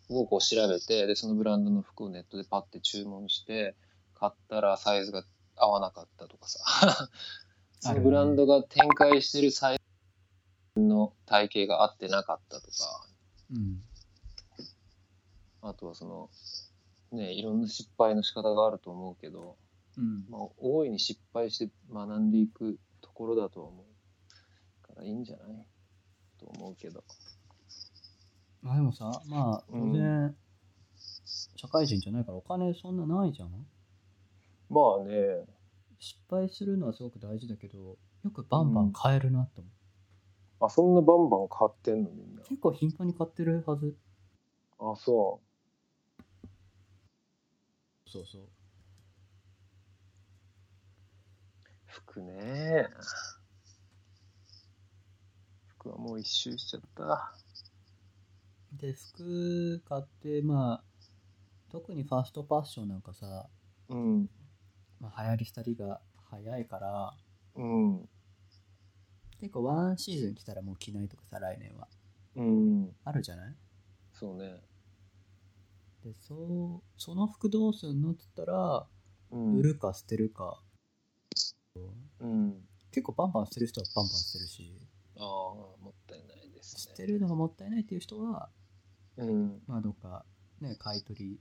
A: をこう調べて、で、そのブランドの服をネットでパッて注文して、買ったらサイズが合わなかったとか さ。そのブランドが展開してるサイズの体型が合ってなかったとか。
B: うん
A: あとはその、ね、いろんな失敗の仕方があると思うけど、
B: ううん
A: まあ、大いに失敗して学んでいくところだとは思うからいいんじゃないと思うけど。
B: まあでもさ、まあ
A: うん
B: 当然、社会人じゃないからお金そんなないじゃん。
A: まあね、
B: 失敗するのはすごく大事だけど、よくバンバン買えるなって思う。
A: あ、そんなバンバン買ってんのみんな。
B: 結構頻繁に買ってるはず。
A: あ、そ
B: そうそう。
A: う。服ね。服はもう一周しちゃった。
B: で、服買って、まあ、特にファストファッションなんかさ、
A: うん。
B: まあ、流行り廃りが早いから、
A: うん。
B: 結構ワンシーズン来たらもう着ないとかさ、来年は。
A: うん。
B: あるじゃない
A: そうね。
B: で、そう、その服どうすんのって言ったら、
A: うん。
B: 売るか捨てるか。
A: うん。
B: 結構バンバン捨てる人はバンバン捨てるし、
A: ああ、もったいないです
B: 捨
A: ね。
B: てるのがもったいないっていう人は、
A: うん。
B: まあ、どっか、ね、買い取り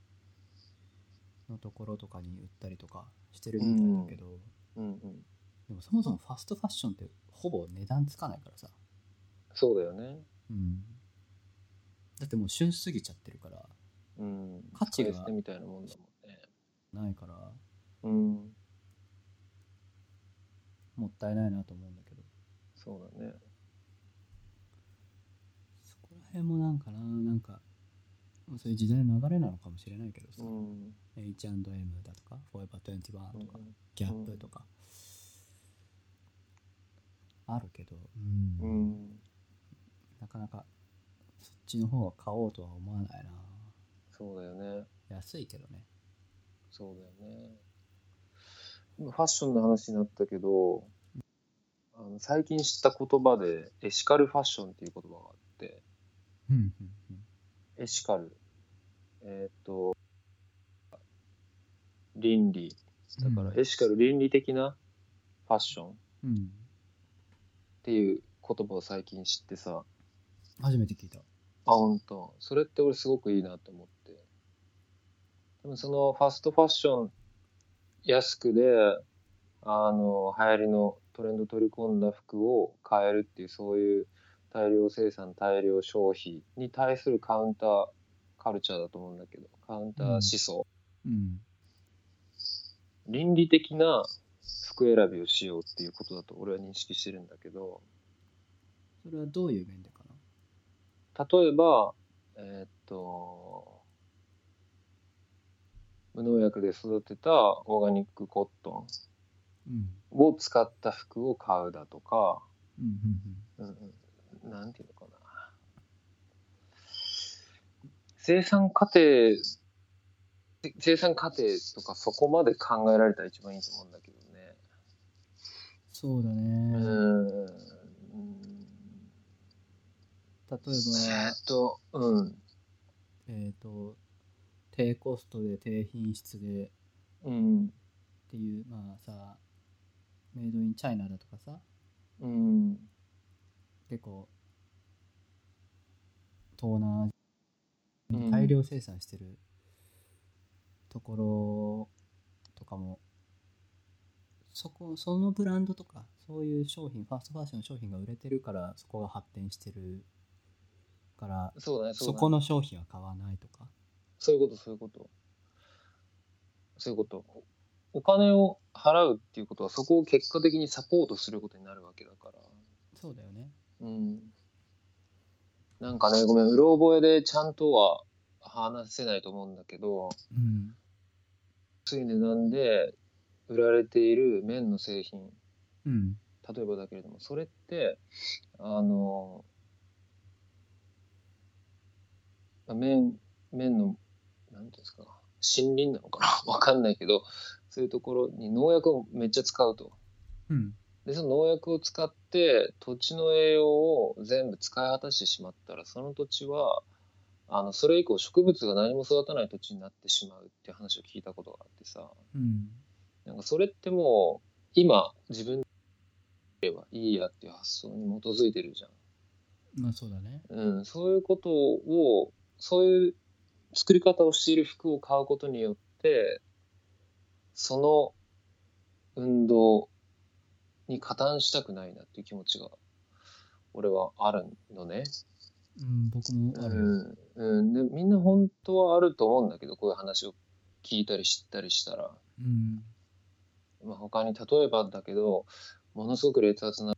B: のところとかに売ったりとかしてるみたいだけど、
A: うんうん。
B: でもそもそもファストファッションってほぼ値段つかないからさ、
A: そうだよね。
B: うん、だってもう旬過ぎちゃってるから
A: うん。
B: 価値が
A: 使い捨てみたいなもんだもんね。
B: ないから
A: うん。
B: もったいないなと思うんだけど
A: そうだね。
B: そこら辺もなんかななんかそういう時代の流れなのかもしれないけどさ、
A: うん。
B: H&M だとかフォーエバー21とか、ギャップとか、あるけど、
A: う
B: うん
A: ん。
B: なかなかそっちの方が買おうとは思わない
A: そうだよね。
B: な安いけどね
A: そうだよね。今ファッションの話になったけど、あの最近知った言葉でエシカルファッションっていう言葉があって、
B: うんうん
A: エシカル。えーっと、倫理。だからエシカル倫理的なファッションっ
B: うん
A: ていう言葉を最近知ってさ、
B: 初めて聞いた
A: あ、ほんと。それって俺すごくいいなと思って。でもそのファストファッション安くで、あの、流行りのトレンド取り込んだ服を買えるっていう、そういう大量生産、大量消費に対するカウンターカルチャーだと思うんだけど、カウンター思想。
B: うん
A: 倫理的な服選びをしようっていうことだと俺は認識してるんだけど、
B: それはどういう面でかな
A: 例えば、えーっと、無農薬で育てたオーガニックコット
B: うん
A: ンを使った服を買うだとか、
B: うん
A: うんうん、なんていうのかな。生産過程、生産過程とかそこまで考えられたら一番いいと思うんだけどね。
B: そうだね、
A: う
B: 例え
A: ん。
B: ば
A: えーっと、うん。
B: えっ、と低コストで低品質でっ
A: うん。
B: ていうまあさメイドインチャイナだとかさ
A: うん。
B: 結構東南アジア
A: うん
B: に大量生産してるところとかも、そこそのブランドとかそういう商品ファーストファッションの商品が売れてるからそこが発展してるから
A: そうだね、そうだ
B: そ
A: ね。
B: この商品は買わないとか
A: そういうこと、そういうこと。そういうこと。お金を払うっていうことは、そこを結果的にサポートすることになるわけだから。
B: そうだよね
A: うん。なんかね、ごめん、うろ覚えでちゃんとは話せないと思うんだけど、
B: うん
A: 安い値段で売られている綿の製品、
B: うん
A: 例えばだけれども、それって、あの、まあ面、面の、なんていうんですか、森林なのかな わかんないけど、そういうところに農薬をめっちゃ使うと。
B: うん
A: で、その農薬を使って、土地の栄養を全部使い果たしてしまったら、その土地は、あの、それ以降植物が何も育たない土地になってしまうっていう話を聞いたことがあってさ、
B: うん
A: なんかそれってもう、今、自分でればいいやっていう発想に基づいてるじゃん。
B: まあそうだね
A: うん、そういうことを、そういう作り方をしている服を買うことによって、その運動に加担したくないなっていう気持ちが、俺はあるのね。
B: うん、僕もある。
A: うんうん、でみんな本当はあると思うんだけどこういう話を聞いたり知ったりしたら、
B: うん。
A: まあ、他に例えばだけどものすごく劣悪な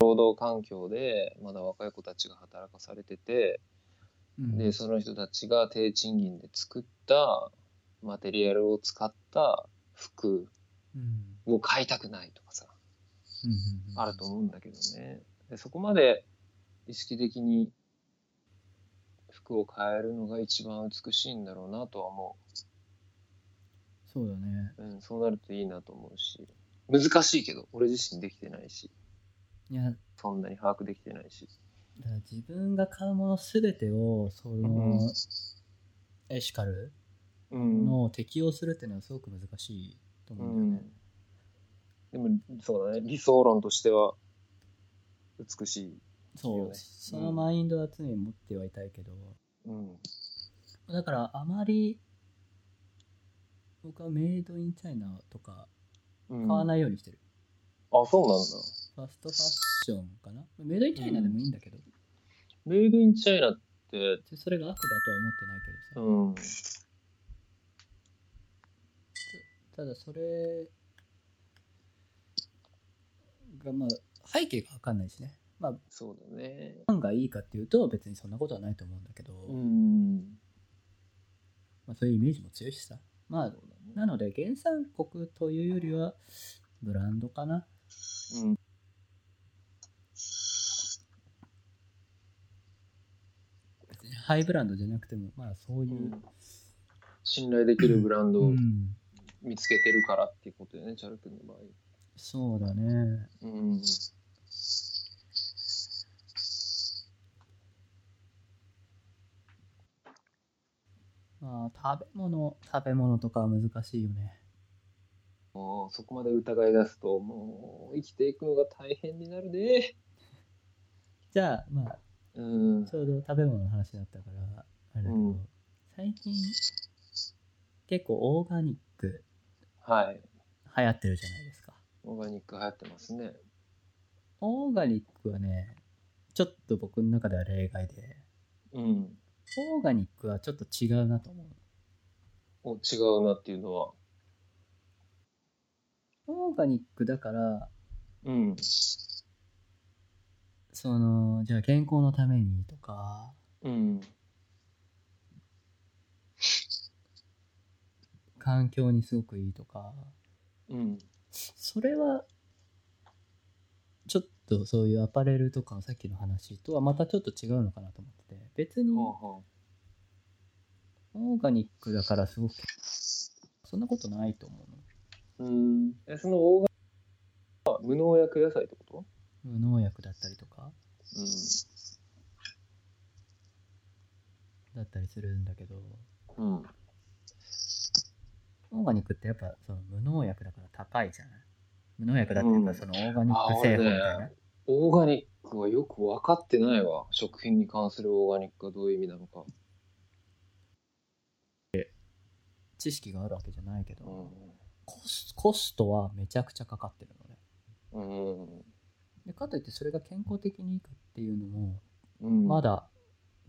A: 労働環境でまだ若い子たちが働かされてて
B: うん
A: でその人たちが低賃金で作ったマテリアルを使った服
B: うん。
A: を買いたくないとかさ
B: うんうんうん
A: あると思うんだけどねでそこまで意識的に服を変えるのが一番美しいんだろうなとは思
B: そうだね。
A: う、うん、そうなるといいなと思うし難しいけど俺自身できてないし
B: いや、
A: そんなに把握できてないし、
B: だから自分が買うものすべてを、その、エシカル
A: うん
B: の適用するっていうのはすごく難しいと思うんだよね。
A: でもそうだね理想論としては美しい、
B: そう、
A: うん
B: そのマインドは常に持ってはいたいけど、
A: うん、
B: だからあまり、僕はメイドインチャイナとか
A: 買、
B: 買わないいようにしてる。
A: あそうなんだ
B: ファストファッションかなメイドインチャイナでもいいんだけど、
A: メイドインチャイナって
B: 別にそれが悪だとは思ってないけど
A: う
B: さ。
A: ん
B: ただそれがまあ背景が分かんないしねまあ
A: そうだね
B: ファンがいいかっていうと別にそんなことはないと思うんだけど、
A: うん
B: まあ、そういうイメージも強いしさまあなので原産国というよりはブランドかな
A: うん、
B: 別にハイブランドじゃなくてもまあそういううん
A: 信頼できるブランド
B: う
A: を
B: ん、
A: 見つけてるからっていうことだよね、チャル君の場合。
B: そうだね
A: うん。
B: まあ食べ物食べ物とかは難しいよね
A: もうそこまで疑い出すと、もう生きていくのが大変になるね。
B: じゃあまあ
A: うん。
B: ちょうど食べ物の話だったから、あれだけど、
A: うん
B: 最近、結構オーガニック
A: はい。
B: 流行ってるじゃないですか。
A: オーガニック流行ってますね。
B: オーガニックはね、ちょっと僕の中では例外で、
A: うん。
B: オーガニックはちょっと違うなと思う。
A: お違うなっていうのは。
B: オーガニックだから、
A: うん。
B: その、じゃあ健康のためにとか、
A: うん。
B: 環境にすごくいいとか、
A: うん。
B: それは、ちょっとそういうアパレルとかのさっきの話とはまたちょっと違うのかなと思ってて、別に、
A: ほうほ
B: オーガニックだからすごく、そんなことないと思うの。
A: う。うん。え、そのオーガニックは無農薬野菜ってこと
B: 無農薬だったりとか、だったりするんだけど、
A: うん。うん。
B: オーガニックってやっぱその無農薬だから高いじゃない無農薬だってやっぱそのオーガニック製法みたい
A: あー
B: な。
A: ねオーガニックはよく分かってないわ。食品に関するオーガニックがどういう意味なのか。
B: 知識があるわけじゃないけど、
A: う
B: コスコストはめちゃくちゃかかってるのね。
A: ん。うん。
B: でかといってそれが健康的にいいかっていうのも、
A: うん、
B: ま。だ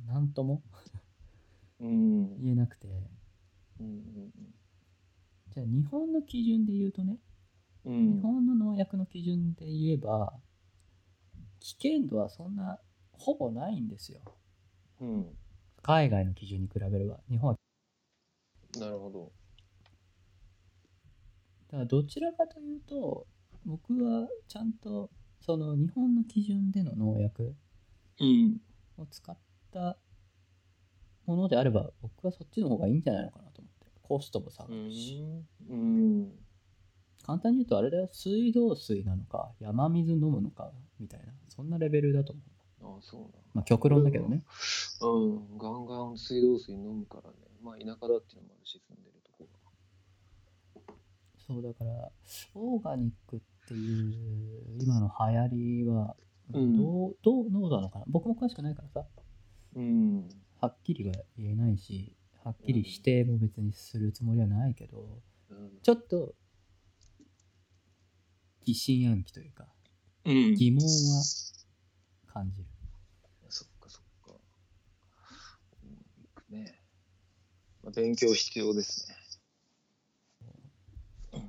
B: 何とも
A: うん。うん
B: 言えなくて、
A: うん
B: じゃあ日本の基準で言うとね、
A: う
B: 日
A: ん。
B: 本の農薬の基準で言えば危険度はそんなほぼないんですよ
A: うん。
B: 海外の基準に比べれば日本は
A: なるほど。
B: だからどちらかというと僕はちゃんとその日本の基準での農薬
A: うん。
B: を使ったものであれば僕はそっちの方がいいんじゃないのかなと思ってコストも下が
A: う
B: るし、
A: ん。うん。
B: 簡単に言うとあれだよ水道水なのか山水飲むのかみたいなそんなレベルだと思う
A: あそうなんだ。
B: まあ極論だけどね
A: うん。ガンガン水道水飲むからね。まあ、田舎だっていうのもあるし、住んでるとこ
B: そうだからオーガニックっていう今の流行りはどう,、
A: うん
B: どうどうなのかな僕も詳しくないからさ
A: が。うん。
B: はっきりは言えないしはっきり否定も別にするつもりはないけど、
A: うん
B: ちょっと疑心暗鬼というか、
A: うん
B: 疑問は感じる。
A: そっかそっか。うんねまあ、勉強必要ですね。うん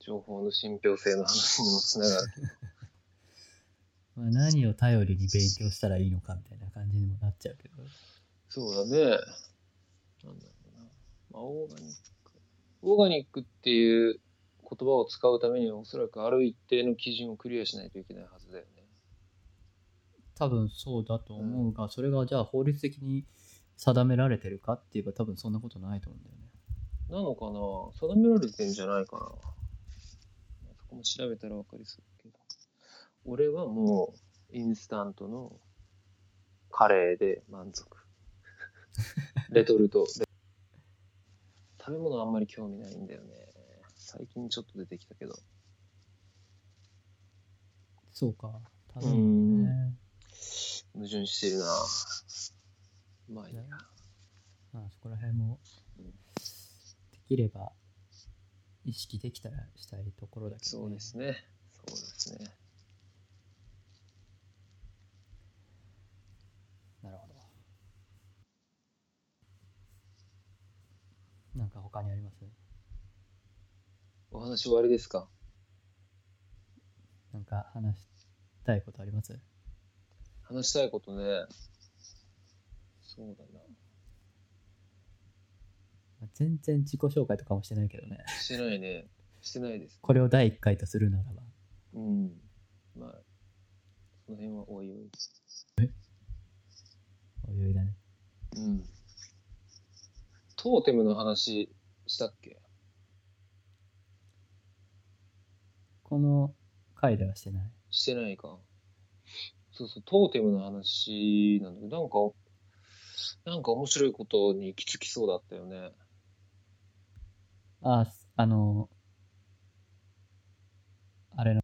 A: 情報の信憑性の話にもつな がる。
B: まあ、何を頼りに勉強したらいいのかみたいな感じにもなっちゃうけど。
A: そうだね。なんだろうな。まあ、オーガニック。オーガニックっていう言葉を使うためには、おそらくある一定の基準をクリアしないといけないはずだよね。
B: 多分そうだと思うが、それがじゃあ法律的に定められてるかって言えば多分そんなことないと思うんだよね。
A: なのかな定められてんじゃないかなそこも調べたらわかりそうけど。俺はもう、インスタントのカレーで満足。レトルトで。食べ物あんまり興味ないんだよね。最近ちょっと出てきたけど。
B: そうか。多分ね。
A: 矛盾してるなまあいいや
B: ねまあそこら辺も、できれば意識できたらしたいところだけど、
A: そうですねそうですね
B: なるほど。なんか他にあります
A: お話終わりですか
B: なんか話したいことあります
A: 話したいことねそうだな
B: まあ全然自己紹介とかもしてないけどね。
A: してないねしてないです
B: これを第1回とするならば。
A: うんまあその辺はおいおい
B: おいおいだね。
A: うんトーテムの話したっけ
B: この回ではしてない。
A: してないかそうそうトーテムの話なんだけどなんかなんか面白いことに行き着きそうだったよね
B: あ、すあの、あれの、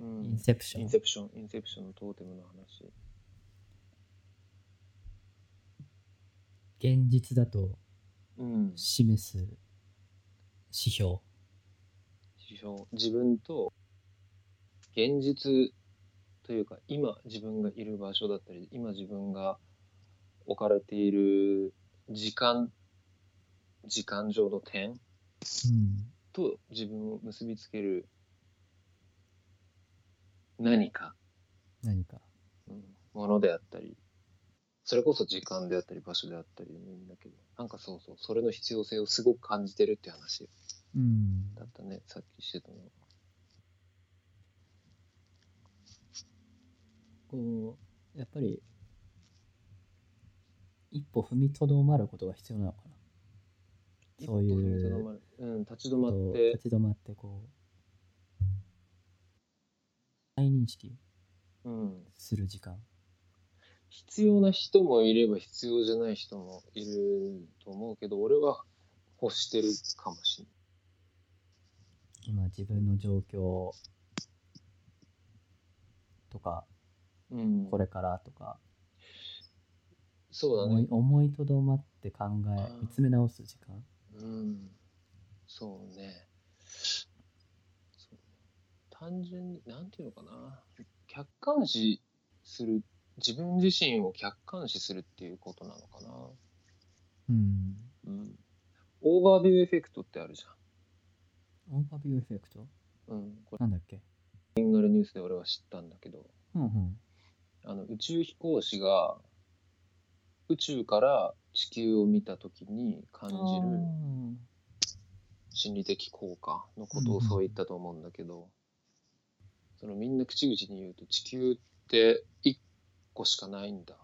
A: うん
B: インセプショ
A: イ
B: ン。
A: ンセプション、インセプションのトーテムの話。
B: 現実だと
A: うん。
B: 示す指標。
A: 自分と、現実というか、今自分がいる場所だったり、今自分が置かれている時間、時間上の点
B: うん。
A: と自分を結びつける何か、
B: 何か。
A: うん、ものであったり、それこそ時間であったり、場所であったりでもいいんだけど、なんかそうそう、それの必要性をすごく感じてるって話。
B: うん。
A: だったね、さっきしてたの。
B: こう、やっぱり、一歩踏みとどまることが必要なのかな。そうい
A: 一
B: う
A: 歩踏みとどまるうん、立ち止まっ
B: こう
A: て、
B: 立ち止まって、こう、再認識
A: うん、
B: する時間。
A: 必要な人もいれば必要じゃない人もいると思うけど、俺は欲してるかもしれない。
B: 今自分の状況とか、
A: うん、
B: これからとか、
A: そうだ
B: 思
A: ね
B: い。思いとどまって考
A: あ
B: え
A: ー
B: 見つめ直す時間
A: うん、そうね。そう単純に、なんていうのかな。客観視する、自分自身を客観視するっていうことなのかな。
B: うん
A: うん。オーバービューエフェクトってあるじ
B: オーバービューエフェクト
A: ゃん。うん。これ
B: なんだっけ
A: ベンガルニュースで俺は知ったんだけど、
B: うんうん
A: あの宇宙飛行士が宇宙から地球を見た時に感じる心理的効果のことをそう言ったと思うんだけど、そのみんな口々に言うと地球って1個しかないんだっ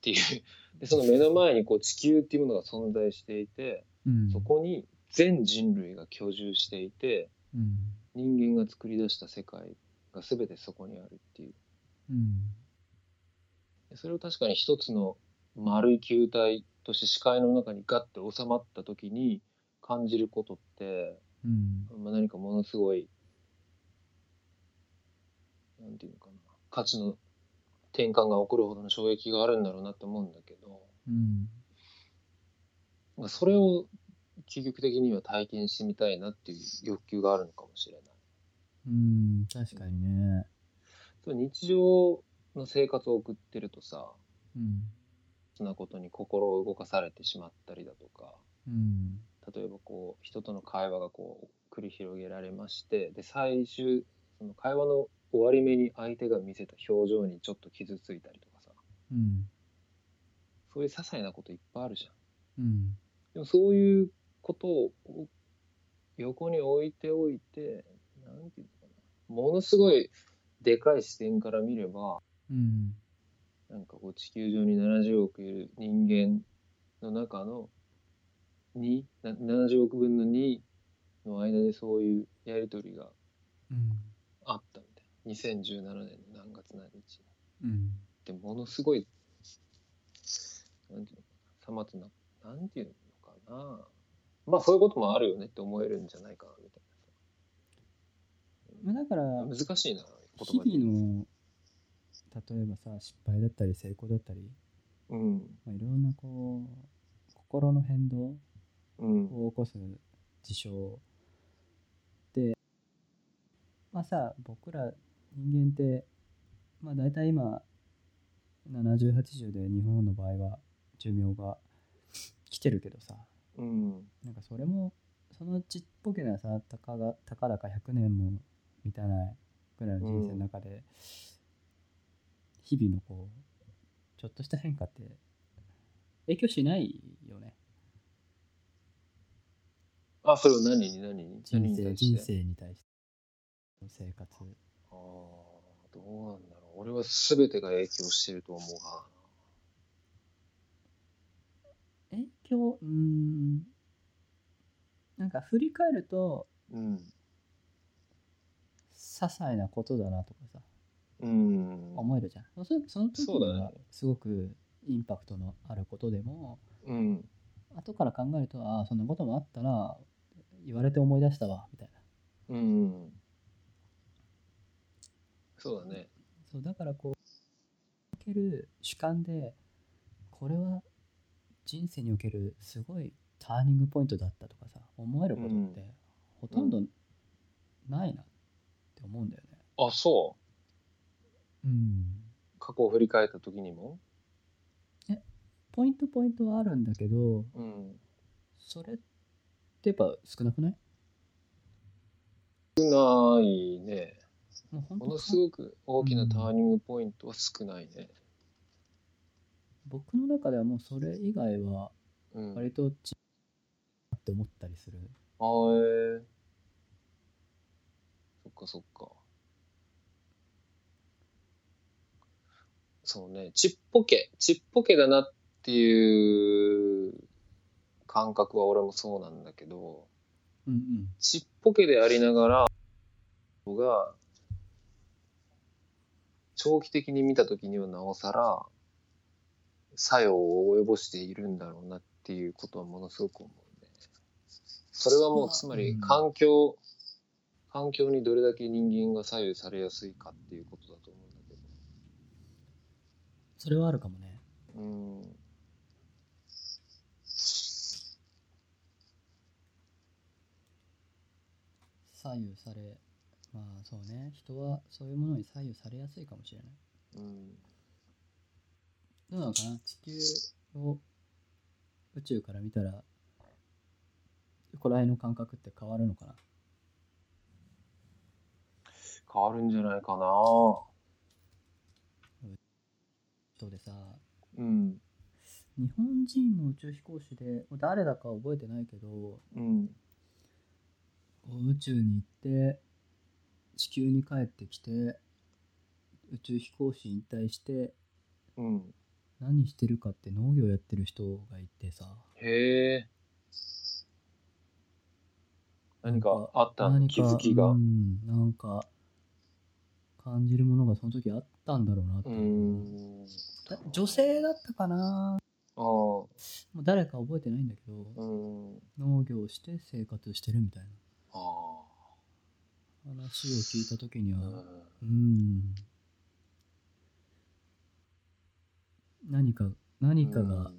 A: ていうでその目の前にこう地球っていうものが存在していて
B: うん
A: そこに全人類が居住していて
B: うん
A: 人間が作り出した世界が全てそこにあるっていう
B: うん
A: でそれを確かに一つの丸い球体として視界の中にガッて収まった時に感じることって、
B: うん
A: まあ、何かものすごいなんていうのかな価値の転換が起こるほどの衝撃があるんだろうなと思うんだけど、
B: うん
A: まあ、それを究極的には体験してみたいなっていう欲求があるのかもしれない。
B: うん、確かにね。
A: そう日常の生活を送ってるとさ、
B: うん。
A: そんなことに心を動かされてしまったりだとか、
B: うん。
A: 例えばこう人との会話がこう繰り広げられましてで最終その会話の終わり目に相手が見せた表情にちょっと傷ついたりとかさ
B: うん。
A: そういう些細なこといっぱいあるじゃん
B: うん。
A: でもそういうことを横に置いておいてなんていうのかなものすごいでかい視点から見れば
B: うん。
A: なんかこう地球上に70億いる人間の中の2な70億分の2の間でそういうやり取りが
B: うん。
A: あったみたいな2017年の何月何日に
B: うん。
A: でものすごいなんていうのさまつななんていうのかなまあそういうこともあるよねって思えるんじゃないかなみた
B: まあだから、
A: いな難しいな
B: 日
A: で
B: 々の、例えばさ、失敗だったり、成功だったり、
A: うん
B: まあ、いろんなこう、心の変動
A: うん
B: を起こす事象でまあさ僕ら人間ってまあ大体今7080で日本の場合は寿命が来てるけどさ
A: うん
B: なんかそれもそのちっぽけなさたかがたかだか100年も満たないぐらいの人生の中で、日々のこうちょっとした変化って影響しないよね
A: あそれは何に何に
B: 人
A: 何
B: 生
A: に対して
B: 人生に対して生活
A: ああどうなんだろう俺は全てが影響してると思うが
B: 影響うーんなんか振り返ると
A: うん
B: 些細なことだなとかさ
A: うん
B: 思えるじゃん、そその時
A: そうだ
B: は
A: ね
B: すごくインパクトのあることでも、
A: うん
B: 後から考えるとああそんなこともあったな言われて思い出したわみたいな
A: うんそうだね
B: そうだからこう受ける主観でこれは人生におけるすごいターニングポイントだったとかさ思えることってほとんどないなって思うんだよね。
A: あそう
B: うん、
A: 過去を振り返った時にも、
B: ポイントポイントはあるんだけど
A: うん、
B: それってやっぱ少なくない
A: 少ないね
B: もう本
A: も
B: 当
A: のすごく大きなターニングポイントは少ないね、
B: 僕の中ではもうそれ以外は
A: うん
B: 割とちって思ったりする。
A: あーえーそっかそっかそうねちっぽけちっぽけだなっていう感覚は俺もそうなんだけど
B: うんうん
A: ちっぽけでありながら僕が長期的に見た時にはなおさら作用を及ぼしているんだろうなっていうことはものすごく思うね。それはもうつま
B: う
A: り
B: ん
A: 環境、環境にどれだけ人間が左右されやすいかっていうことだと思うんだけど。
B: それはあるかもね。
A: うん
B: 左右されまあそうね人はそういうものに左右されやすいかもしれない
A: うん
B: どうなのかな地球を宇宙から見たらここら辺の感覚って変わるのかな
A: 変わるんじゃないかな。
B: そうでさ
A: うん
B: 日本人の宇宙飛行士でもう誰だか覚えてないけどこ
A: うん
B: う宇宙に行って地球に帰ってきて宇宙飛行士引退して
A: うん。
B: 何してるかって農業やってる人がいてさ
A: へえ。何
B: なん
A: か
B: か
A: あったの
B: 何か
A: 気づきが
B: う。ん、なんか感じるものがその時あったんだろうなって
A: う
B: い
A: ー。
B: うんだ女性だったか
A: あ
B: な
A: あ。
B: もう誰か覚えてないんだけど、
A: うん。
B: 農業して生活してるみたい
A: ああ。
B: な話を聞いた時に
A: う
B: は
A: ん
B: うん何か何かが思う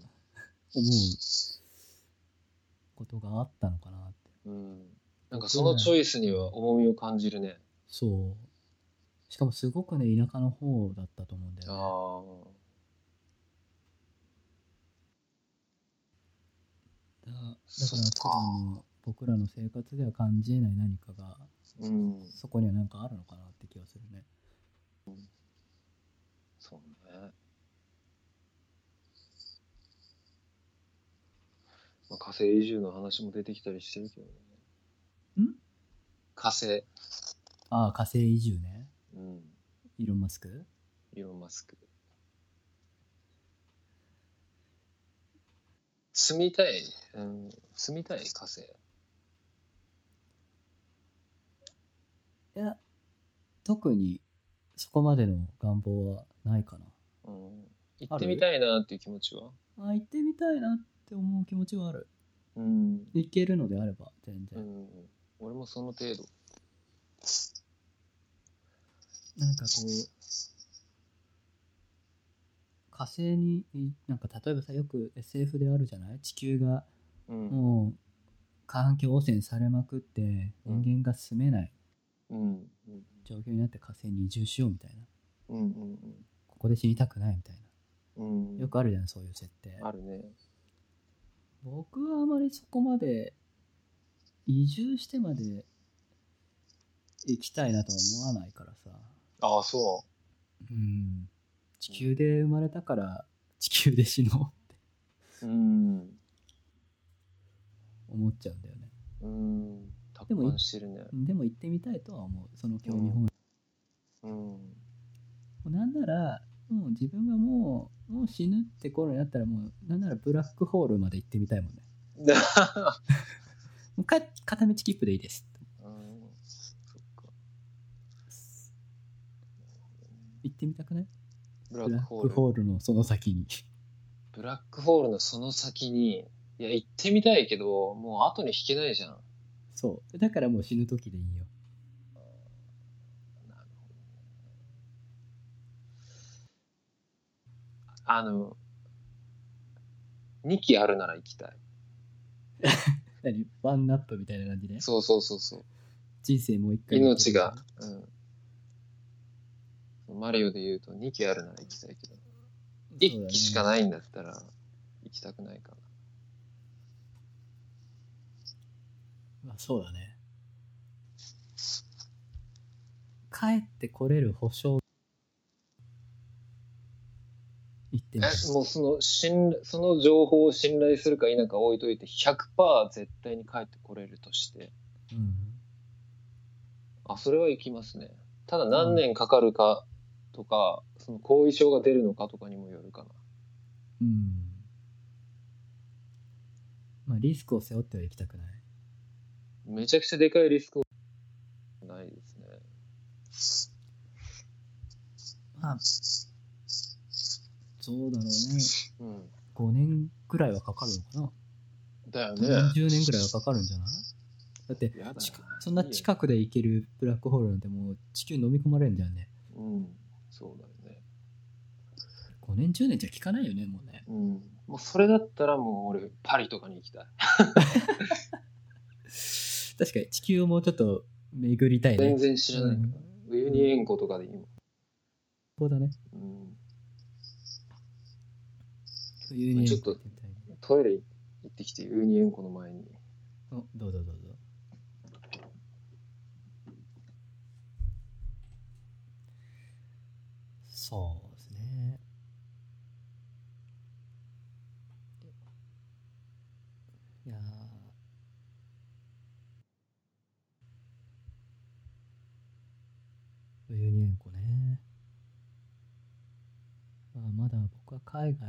B: ことがあったのかなって。
A: うん。なんかそのチョイスには重みを感じるね。
B: そう。しかもすごくね、田舎の方だったと思うんだよね。
A: あ
B: だだから
A: そっか
B: 普段の僕らの生活では感じえない何かが、
A: あ。うん。
B: そこには何かあるのかなって気がするね。
A: そうね。まあ、火星移住の話も出てきたりしてるけどね。
B: ん
A: 火星。
B: ああ、火星移住ね。
A: うん。
B: イーロン・マスク
A: イーロン・マスク。住みたい、うん、住みたい火星。
B: いや、特にそこまでの願望はないかな。
A: うん、行ってみたいなっていう気持ちは。
B: ああ、行ってみたいなって思う気持ちはある。
A: うん。
B: 行けるのであれば、全
A: う
B: 然。
A: ん、俺もその程度。
B: なんかこう、火星に、いなんか例えばさ、よく SF であるじゃない地球が
A: うん。
B: もう環境汚染されまくって
A: うん
B: 人間が住めない
A: うん。うん。
B: 状況になって火星に移住しようみたいな。
A: うん。
B: ここで死にたくないみたい
A: うん。うん
B: な。よくあるじゃん、そういう設定。
A: あるね。
B: 僕はあまりそこまで移住してまで行きたいなとは思わないからさ。
A: ああ、そ
B: うん。地球で生まれたから地球で死のうって
A: う。うん。
B: 思っちゃうんだよね。
A: うん。
B: で
A: 達
B: もい
A: 観してるね。
B: でも行ってみたいとは思う。その興味本位。
A: うん。
B: なんなら、もう自分がもう、もう死ぬって頃になったら、もう、なんならブラックホールまで行ってみたいもんね。もうか片道切符でいいです。
A: うんそっか
B: 行ってみたくない
A: ブラ
B: ブラ
A: ック
B: ッ
A: ホー
B: ク
A: ル。
B: ホールのその先に。
A: ブラックホールのその先に、いや、行ってみたいけど、もう後に引けないじゃん。な
B: そう。だからもう死ぬ時でいいよ。
A: るほどあの、2期あるなら行きたい。
B: 何ワンナップみたいな感じで。
A: そうそうそうそう。
B: 人生もう一回。
A: 命が。、うん。マリオで言うと2期あるなら行きたいけど、1期しか
B: い。
A: ないんだったら行きたくないかな。
B: まあ、そうだね。帰ってこれる保証。行ってみたい
A: えもうその信その情報を信頼するか否か置いといて100%絶対に帰ってこれるとして
B: うん。
A: あそれは行きますねただ何年かかるかとか、その後遺症が出るのかとかにもよるかな
B: うん。まあ、リスクを背負っては行きたくない。
A: めちゃくちゃでかいリスクないですね
B: まあ、そうだろうね。
A: うん
B: 5年くらいはかかるのか
A: だよね
B: な。40年くらいはかかるんじゃないだって、
A: やだな
B: ちかそんな近くで行けるブラックホールなんてもう地球飲み込まれるんじゃんね。
A: うんそうだよね
B: 5年、10年じゃ効かないよね、もうね。
A: うんもうそれだったらもう俺パリとかに行きたい
B: 確かに地球をもうちょっと巡りたい
A: 全
B: ね。
A: 然知らないから、ウユニ塩湖とかでいいもん
B: そうだね。
A: うん
B: 冬に
A: ちょっとトイレ行ってきてウユニ塩湖の前に
B: おどうぞどうぞ。そうですね。いやー冬に円湖ね。まあ、まだ僕は海外、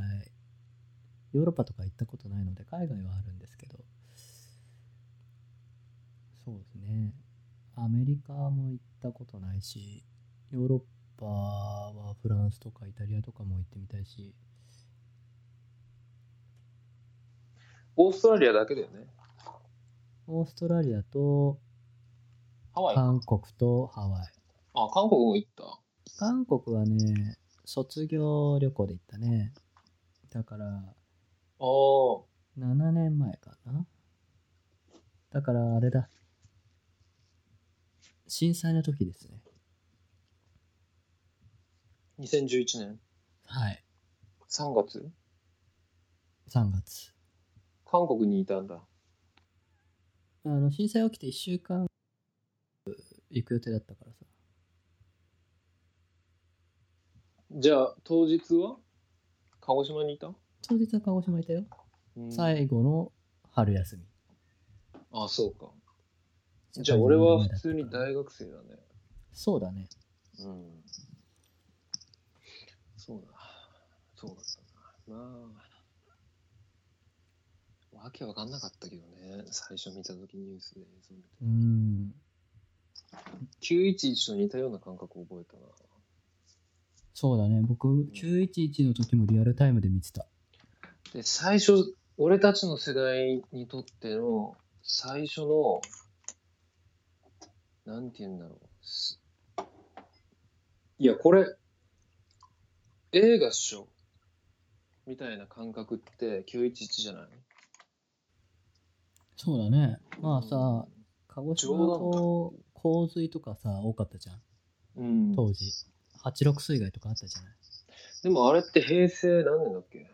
B: ヨーロッパとか行ったことないので、海外はあるんですけど、そうですね。アメリカも行ったことないし、ヨーロッパはフランスとかイタリアとかも行ってみたいし、
A: オーストラリアだけだよね。
B: オーストラリアと
A: ハワイ。あ、
B: 韓国とハワイ。
A: 韓国も行った。
B: 韓国はね、卒業旅行で行ったね。だから、
A: ああ。
B: 7年前かな。だからあれだ。震災の時ですね。
A: 2011年
B: はい。
A: 3月
B: 3月。
A: 韓国にいたんだ。
B: あの、震災起きて1週間行く予定だったからさ。
A: じゃあ、当日は鹿児島にいた、
B: 当日は鹿児島いたよ。
A: うん
B: 最後の春休み。
A: あ、そうか。じゃあ、俺は普通に大学生だね。
B: そうだね。
A: うん。そうだ。そうだったな。まあ。わけわかんなかったけどね。最初見たときニュースで映像見て。
B: うん。
A: 911と似たような感覚を覚えたな。
B: そうだね。僕、911の時もリアルタイムで見てた。
A: で、最初、俺たちの世代にとっての最初の、なんて言うんだろう。すいや、これ、映画っしょ。みたいな感覚って911じゃない
B: そうだね。まあさ、鹿児島
A: 冗
B: と洪水とかさ、多かったじゃん。
A: うん、
B: 当時。86水害とかあったじゃない。
A: でもあれって平成何年だっけ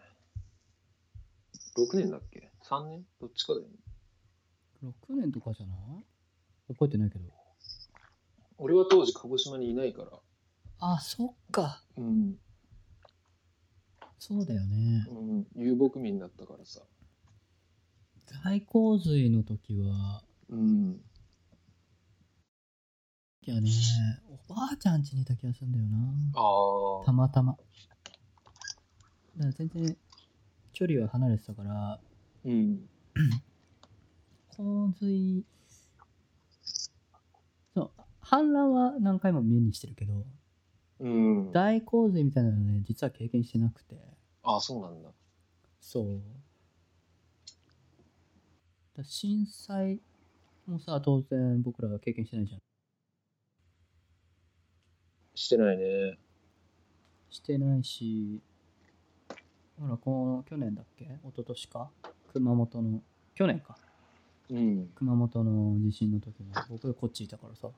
A: ?6 年だっけ ?3 年どっちかだよね。
B: 6年とかじゃない覚えてないけど。
A: 俺は当時鹿児島にいないから。
B: あ、そっか。
A: うん。
B: そうだよね。
A: うん、遊牧民だったからさ。
B: 大洪水の時は、
A: うん。
B: いやね、おばあちゃん家にいた気がするんだよな。
A: ああ。
B: たまたま。だから全然、距離は離れてたから、
A: うん。
B: 洪水、そう、氾濫は何回も目にしてるけど、
A: うん。
B: 大洪水みたいなのね、実は経験してなくて。
A: あ、そうなんだ。
B: そう。だ震災もさ、当然僕らは経験してないじゃん。
A: してないね。
B: してないし、ほら、この去年だっけ一昨年か熊本の、去年か。
A: うん。
B: 熊本の地震の時も、僕こっちいたからさ。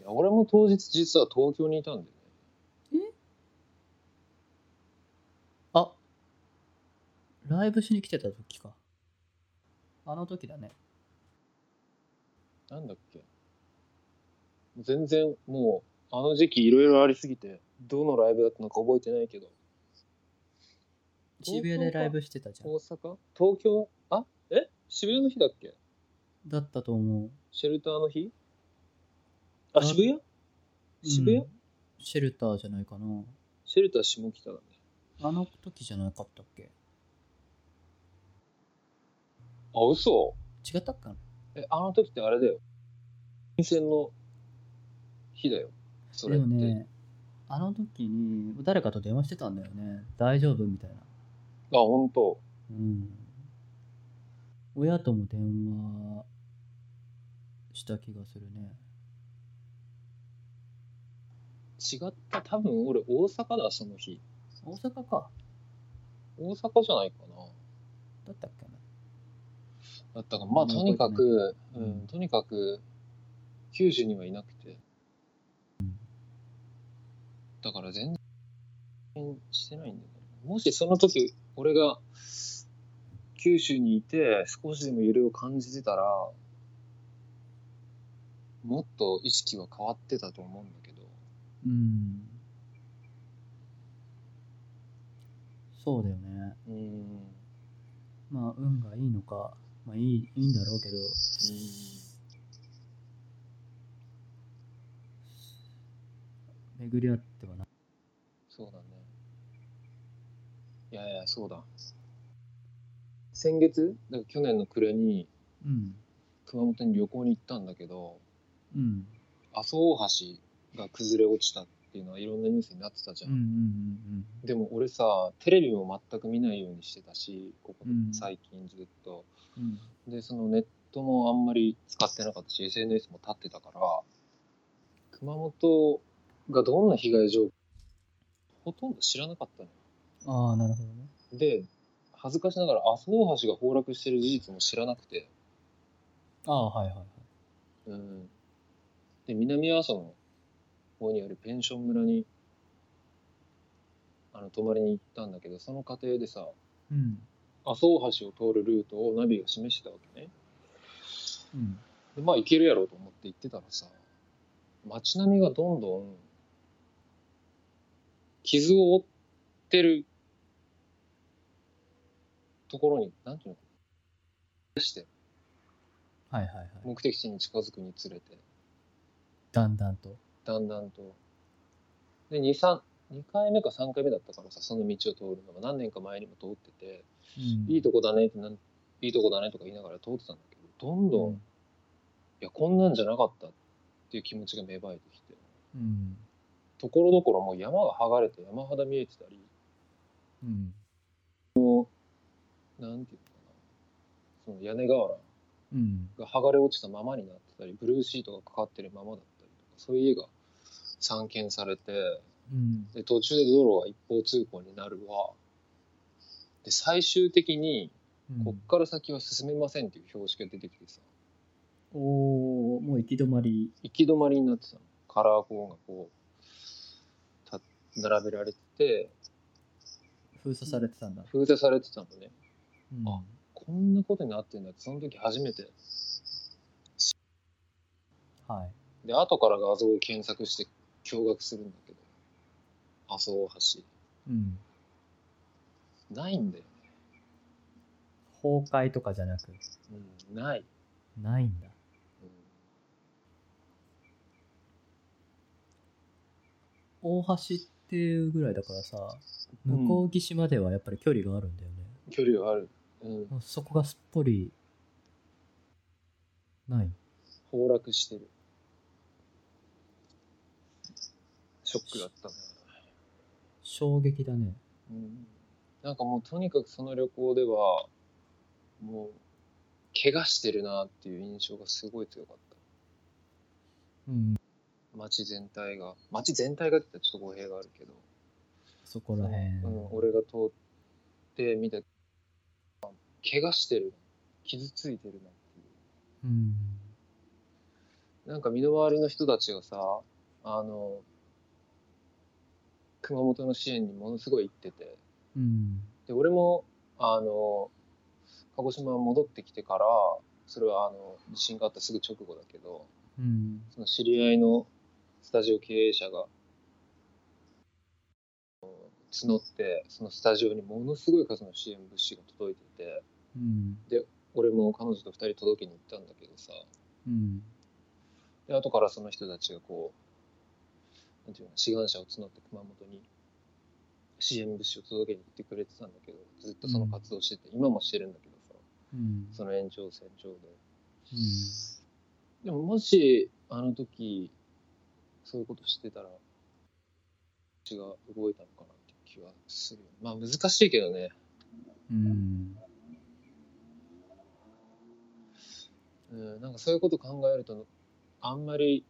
A: いや俺も当日実は東京にいたんだよね。
B: あライブしに来てた時か。あの時だね。
A: なんだっけ。全然もう、あの時期いろいろありすぎて、どのライブだったのか覚えてないけど。
B: 渋谷でライブしてたじゃん
A: 大。阪東京あえ渋谷の日だっけ
B: だったと思う。
A: シェルターの日あ、渋谷渋
B: う
A: 谷
B: んシェルターじゃないかな。
A: シェルター下北だね。
B: あの時じゃなかったっけ
A: あ、嘘
B: 違ったっかな
A: え、あの時ってあれだよ。新鮮の日だよ。それ
B: で
A: って。
B: もね、あの時に誰かと電話してたんだよね。大丈夫みたいな。
A: あ、本当。
B: うん。親とも電話した気がするね。
A: 違った多分俺大阪だその日
B: 大阪か。
A: 大阪じゃないかな
B: だったっけな。
A: だったかまあ
B: もう
A: とにかく、
B: えて
A: う
B: ない
A: ん、とにかく九州にはいなくてだから全然してないんだよねもしその時俺が九州にいて少しでも揺れを感じてたらもっと意識は変わってたと思うんだけど
B: うん。そうだよね。
A: うん
B: まあ、運がいいのか、まあいい、いいんだろうけど、巡り合ってはな。
A: そうだね。いやいや、そうだ。先月、だから去年の暮れに
B: うん。
A: 熊本に旅行に行ったんだけど、
B: うん。
A: 阿蘇大橋が崩れ落ちたっていうのはいろんなニュースになってたじゃ
B: うん
A: ん。
B: うん
A: でも俺さ、テレビも全く見ないようにしてたし、ここ
B: うん
A: 最近ずっと。
B: うんうん。
A: で、そのネットもあんまり使ってなかったし、SNS も立ってたから、熊本がどんな被害状況、ほとんど知らなかったの。
B: ああ、なるほどね。
A: で、恥ずかしながら、阿蘇大橋が崩落してる事実も知らなくて、
B: ああ、はいはいはい。
A: うん。で、南阿蘇の方にあるペンション村に、あの、泊まりに行ったんだけど、その過程でさ、
B: うん。
A: 阿蘇大橋を通るルートをナビが示してたわけね。
B: うん。
A: で、まあ行けるやろうと思って行ってたらさ、街並みがどんどん、傷を負ってるところに、なんていうの
B: はいはいはい。
A: 目的地に近づくにつれて、
B: だんだんと。
A: だんだんと。で、2、3、2回目か3回目だったからさ、その道を通るのが何年か前にも通ってて、
B: うん
A: いいとこだねってなん、いいとこだねとか言いながら通ってたんだけど、どんどん、い
B: うん
A: や、こんなんじゃなかったっていう気持ちが芽生えてきて、
B: うん。
A: ところどころもう山が剥がれて山肌見えてたり、
B: うん。
A: なんていうのかな、その屋根瓦
B: うん。
A: が剥がれ落ちたままになってたり、ブルーシートがかかってるままだったりとか、そういう家が散見されて、
B: うん。
A: で途中で道路が一方通行になるわで最終的に
B: うん
A: こっから先は進めませんっていう標識が出てきてさ
B: おおもう行き止まり。
A: 行き止まりになってたのカラーコーンがこうた並べられてて
B: 封鎖されてたんだ。
A: 封鎖されてたのね
B: うん
A: あこんなことになってんだってその時初めて
B: はい。
A: で後から画像を検索して驚愕するんだけど麻生大
B: うん。
A: 橋ないんだよね、
B: 崩壊とかじゃなく、
A: うん、ない
B: ないんだ。大橋っていうぐらいだからさ、
A: うん
B: 向こう岸まではやっぱり距離があるんだよね。
A: 距離がある、うん、
B: もうそこがすっぽり、ない。
A: 崩落してるショックだったな、
B: 衝撃だね。
A: うん、なんかもうとにかくその旅行ではもう怪我してるなっていう印象がすごい強かっ
B: うん。
A: た街全体が街全体がって言ったらちょっと語弊があるけど、
B: そこら辺。
A: うん、俺が通って見た怪我してる傷ついてるなっていう
B: うん。
A: なんか身の回りの人たちがさ、あの、熊本の支援にものすごい行ってて、
B: うん。
A: で、俺も、あの、鹿児島戻ってきてから、それはあの、地震があったすぐ直後だけど、
B: うん。
A: その知り合いのスタジオ経営者が、募って、そのスタジオにものすごい数の支援物資が届いてて、
B: うん。
A: 俺も彼女と二人届けに行ったんだけどさ、
B: うん。
A: で後からその人たちがこうなんていうの志願者を募って熊本に支援物資を届けに行ってくれてたんだけどずっとその活動してて、今もしてるんだけどさ
B: うん。
A: その延長線上で
B: う
A: でももしあの時そういうことしてたら血が動いたのかなっていう気はするよまあ難しいけどね
B: ん。うん。
A: うんなんかそういうこと考えるとあんまり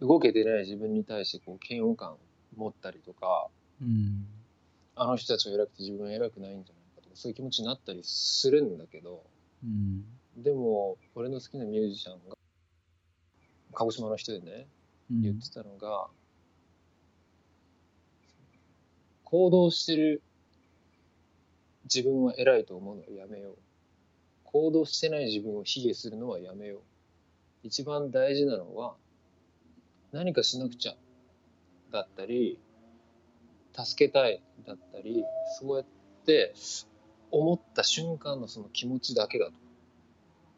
A: 動けてない自分に対してこう嫌悪感を持ったりとか
B: うん。
A: あの人たちは偉くて自分は偉くないんじゃないかとかそういう気持ちになったりするんだけど
B: うん。
A: でも俺の好きなミュージシャンが鹿児島の人でね言ってたのが、行動してる自分は偉いと思うのはやめよう行動してない自分を卑下するのはやめよう一番大事なのは何かしなくちゃだったり助けたいだったりそうやって思った瞬間のその気持ちだけだと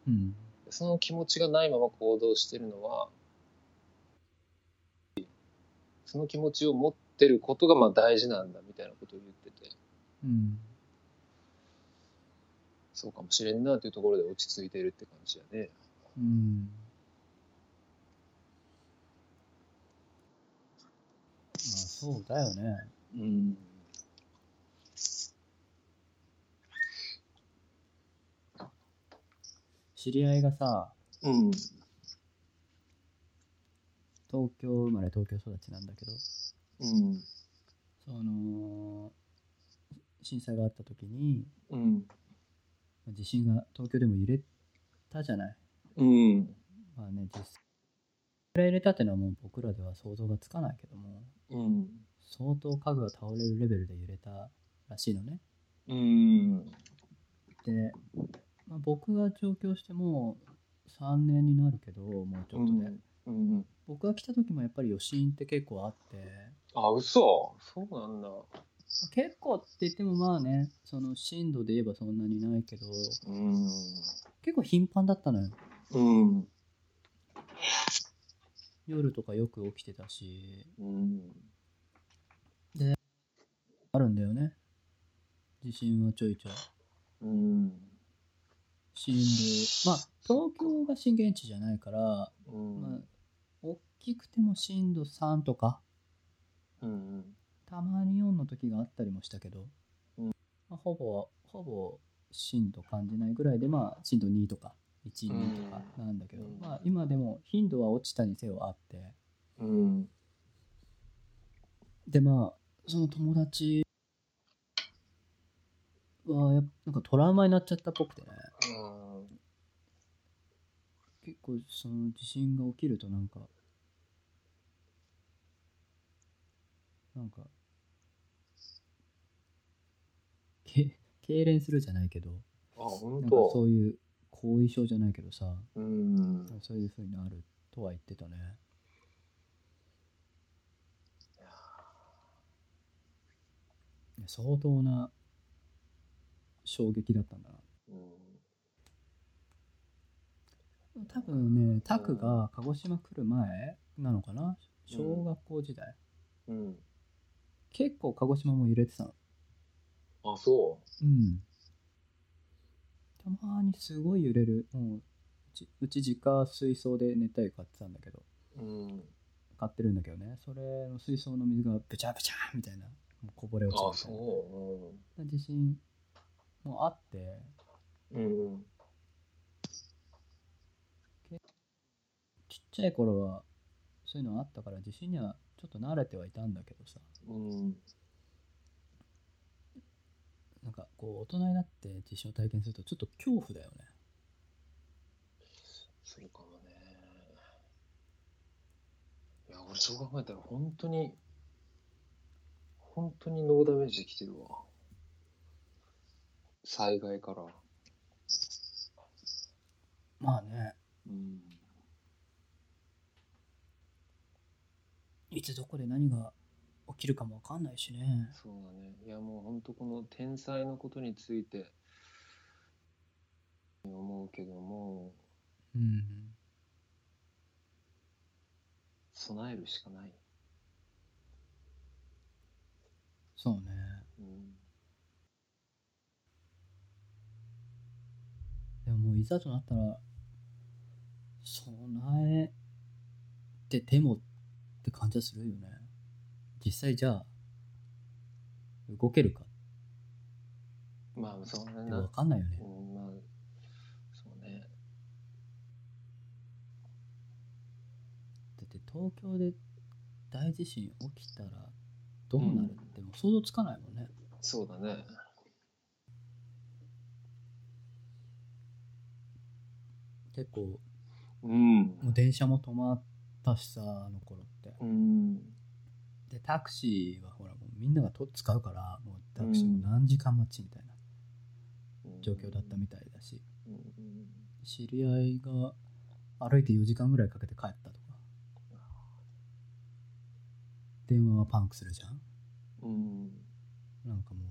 B: うん。
A: その気持ちがないまま行動してるのはその気持ちを持ってることがまあ大事なんだみたいなことを言ってて
B: うん。
A: そうかもしれんなというところで落ち着いてるって感じやね
B: うん。まあ、そうだよね。
A: うん
B: 知り合いがさ、
A: うん
B: 東京生まれ東京育ちなんだけど、
A: うん
B: その、震災があった時に、
A: うん
B: 地震が東京でも揺れたじゃない。
A: うん。
B: まあね、実際。これ入れたってのはもう僕らでは想像がつかないけども、
A: うん。
B: 相当家具が倒れるレベルで揺れたらしいのね。
A: うん。
B: で、まあ、僕が上京してもう3年になるけど、もうちょっとね。
A: うん。
B: 僕が来た時もやっぱり余震って結構あって、
A: あ、嘘そうなんだ。
B: 結構って言ってもまあね、その震度で言えばそんなにないけど、
A: うん。
B: 結構頻繁だったのよ。
A: うん。
B: 夜とかよく起きてたし、
A: うん。
B: あるんだよね。地震はちょいちょい。
A: うん。
B: 震度、まあ、東京が震源地じゃないから、
A: う
B: まあ
A: ん。、
B: 大きくても震度3とか、
A: うん。
B: たまに4の時があったりもしたけど、
A: うん
B: まあ、ほぼ、ほぼ震度感じないぐらいで、まあ、震度2とか、1、2とかなんだけど、
A: うん
B: まあ、今でも頻度は落ちたにせよあって、
A: うん。
B: で、まあ、その友達は、やっぱなんかトラウマになっちゃったっぽくてね。結構その地震が起きるとなんかなんかけ痙攣するじゃないけど
A: あ、ほん
B: なんか
A: と。
B: そういう後遺症じゃないけどさ
A: うん。
B: そういうふうになるとは言ってたねいや相当な衝撃だったんだな多分ねタクが鹿児島来る前なのかな小学校時代、
A: うん。
B: 結構鹿児島も揺れてたの
A: あ、そ
B: うんたまにすごい揺れるもううちうち自家水槽で熱帯魚飼ってたんだけど
A: う。うん。
B: 飼ってるんだけどねそれの水槽の水がブチャブチャみたいなもうこぼれ落
A: あ、
B: ちたみたい
A: そ
B: な地震もあって
A: う。うん。
B: ちっちゃい頃はそういうのあったから地震にはちょっと慣れてはいたんだけどさ
A: うん。
B: なんかこう大人になって地震を体験するとちょっと恐怖だよね
A: するかもね。いや、俺そう考えたら本当に、本当にノーダメージできてるわ。災害から。
B: まあね
A: うん。
B: いつどこで何が起きるかもわかんないしね
A: そうだね。いや、もう本当この天才のことについて思うけども、
B: うん
A: 備えるしかない。
B: そうね
A: うん。
B: でももういざとなったら備えてでもって感じはするよね実際じゃあ動けるか
A: まあ、そんな
B: って
A: な
B: わかんないよね
A: うん、まあ、そうね。
B: だって東京で大地震起きたらどうなるってもう想像つかないもんね、
A: そうだね。
B: 結構も
A: うん
B: う電車も止まったしさあの頃って
A: うん。
B: でタクシーはほらもうみんながと使うからもうタクシーも何時間待ちみたいな状況だったみたいだし
A: うんうん
B: 知り合いが歩いて4時間ぐらいかけて帰ったとか電話はパンクするじゃん
A: うん
B: なんかも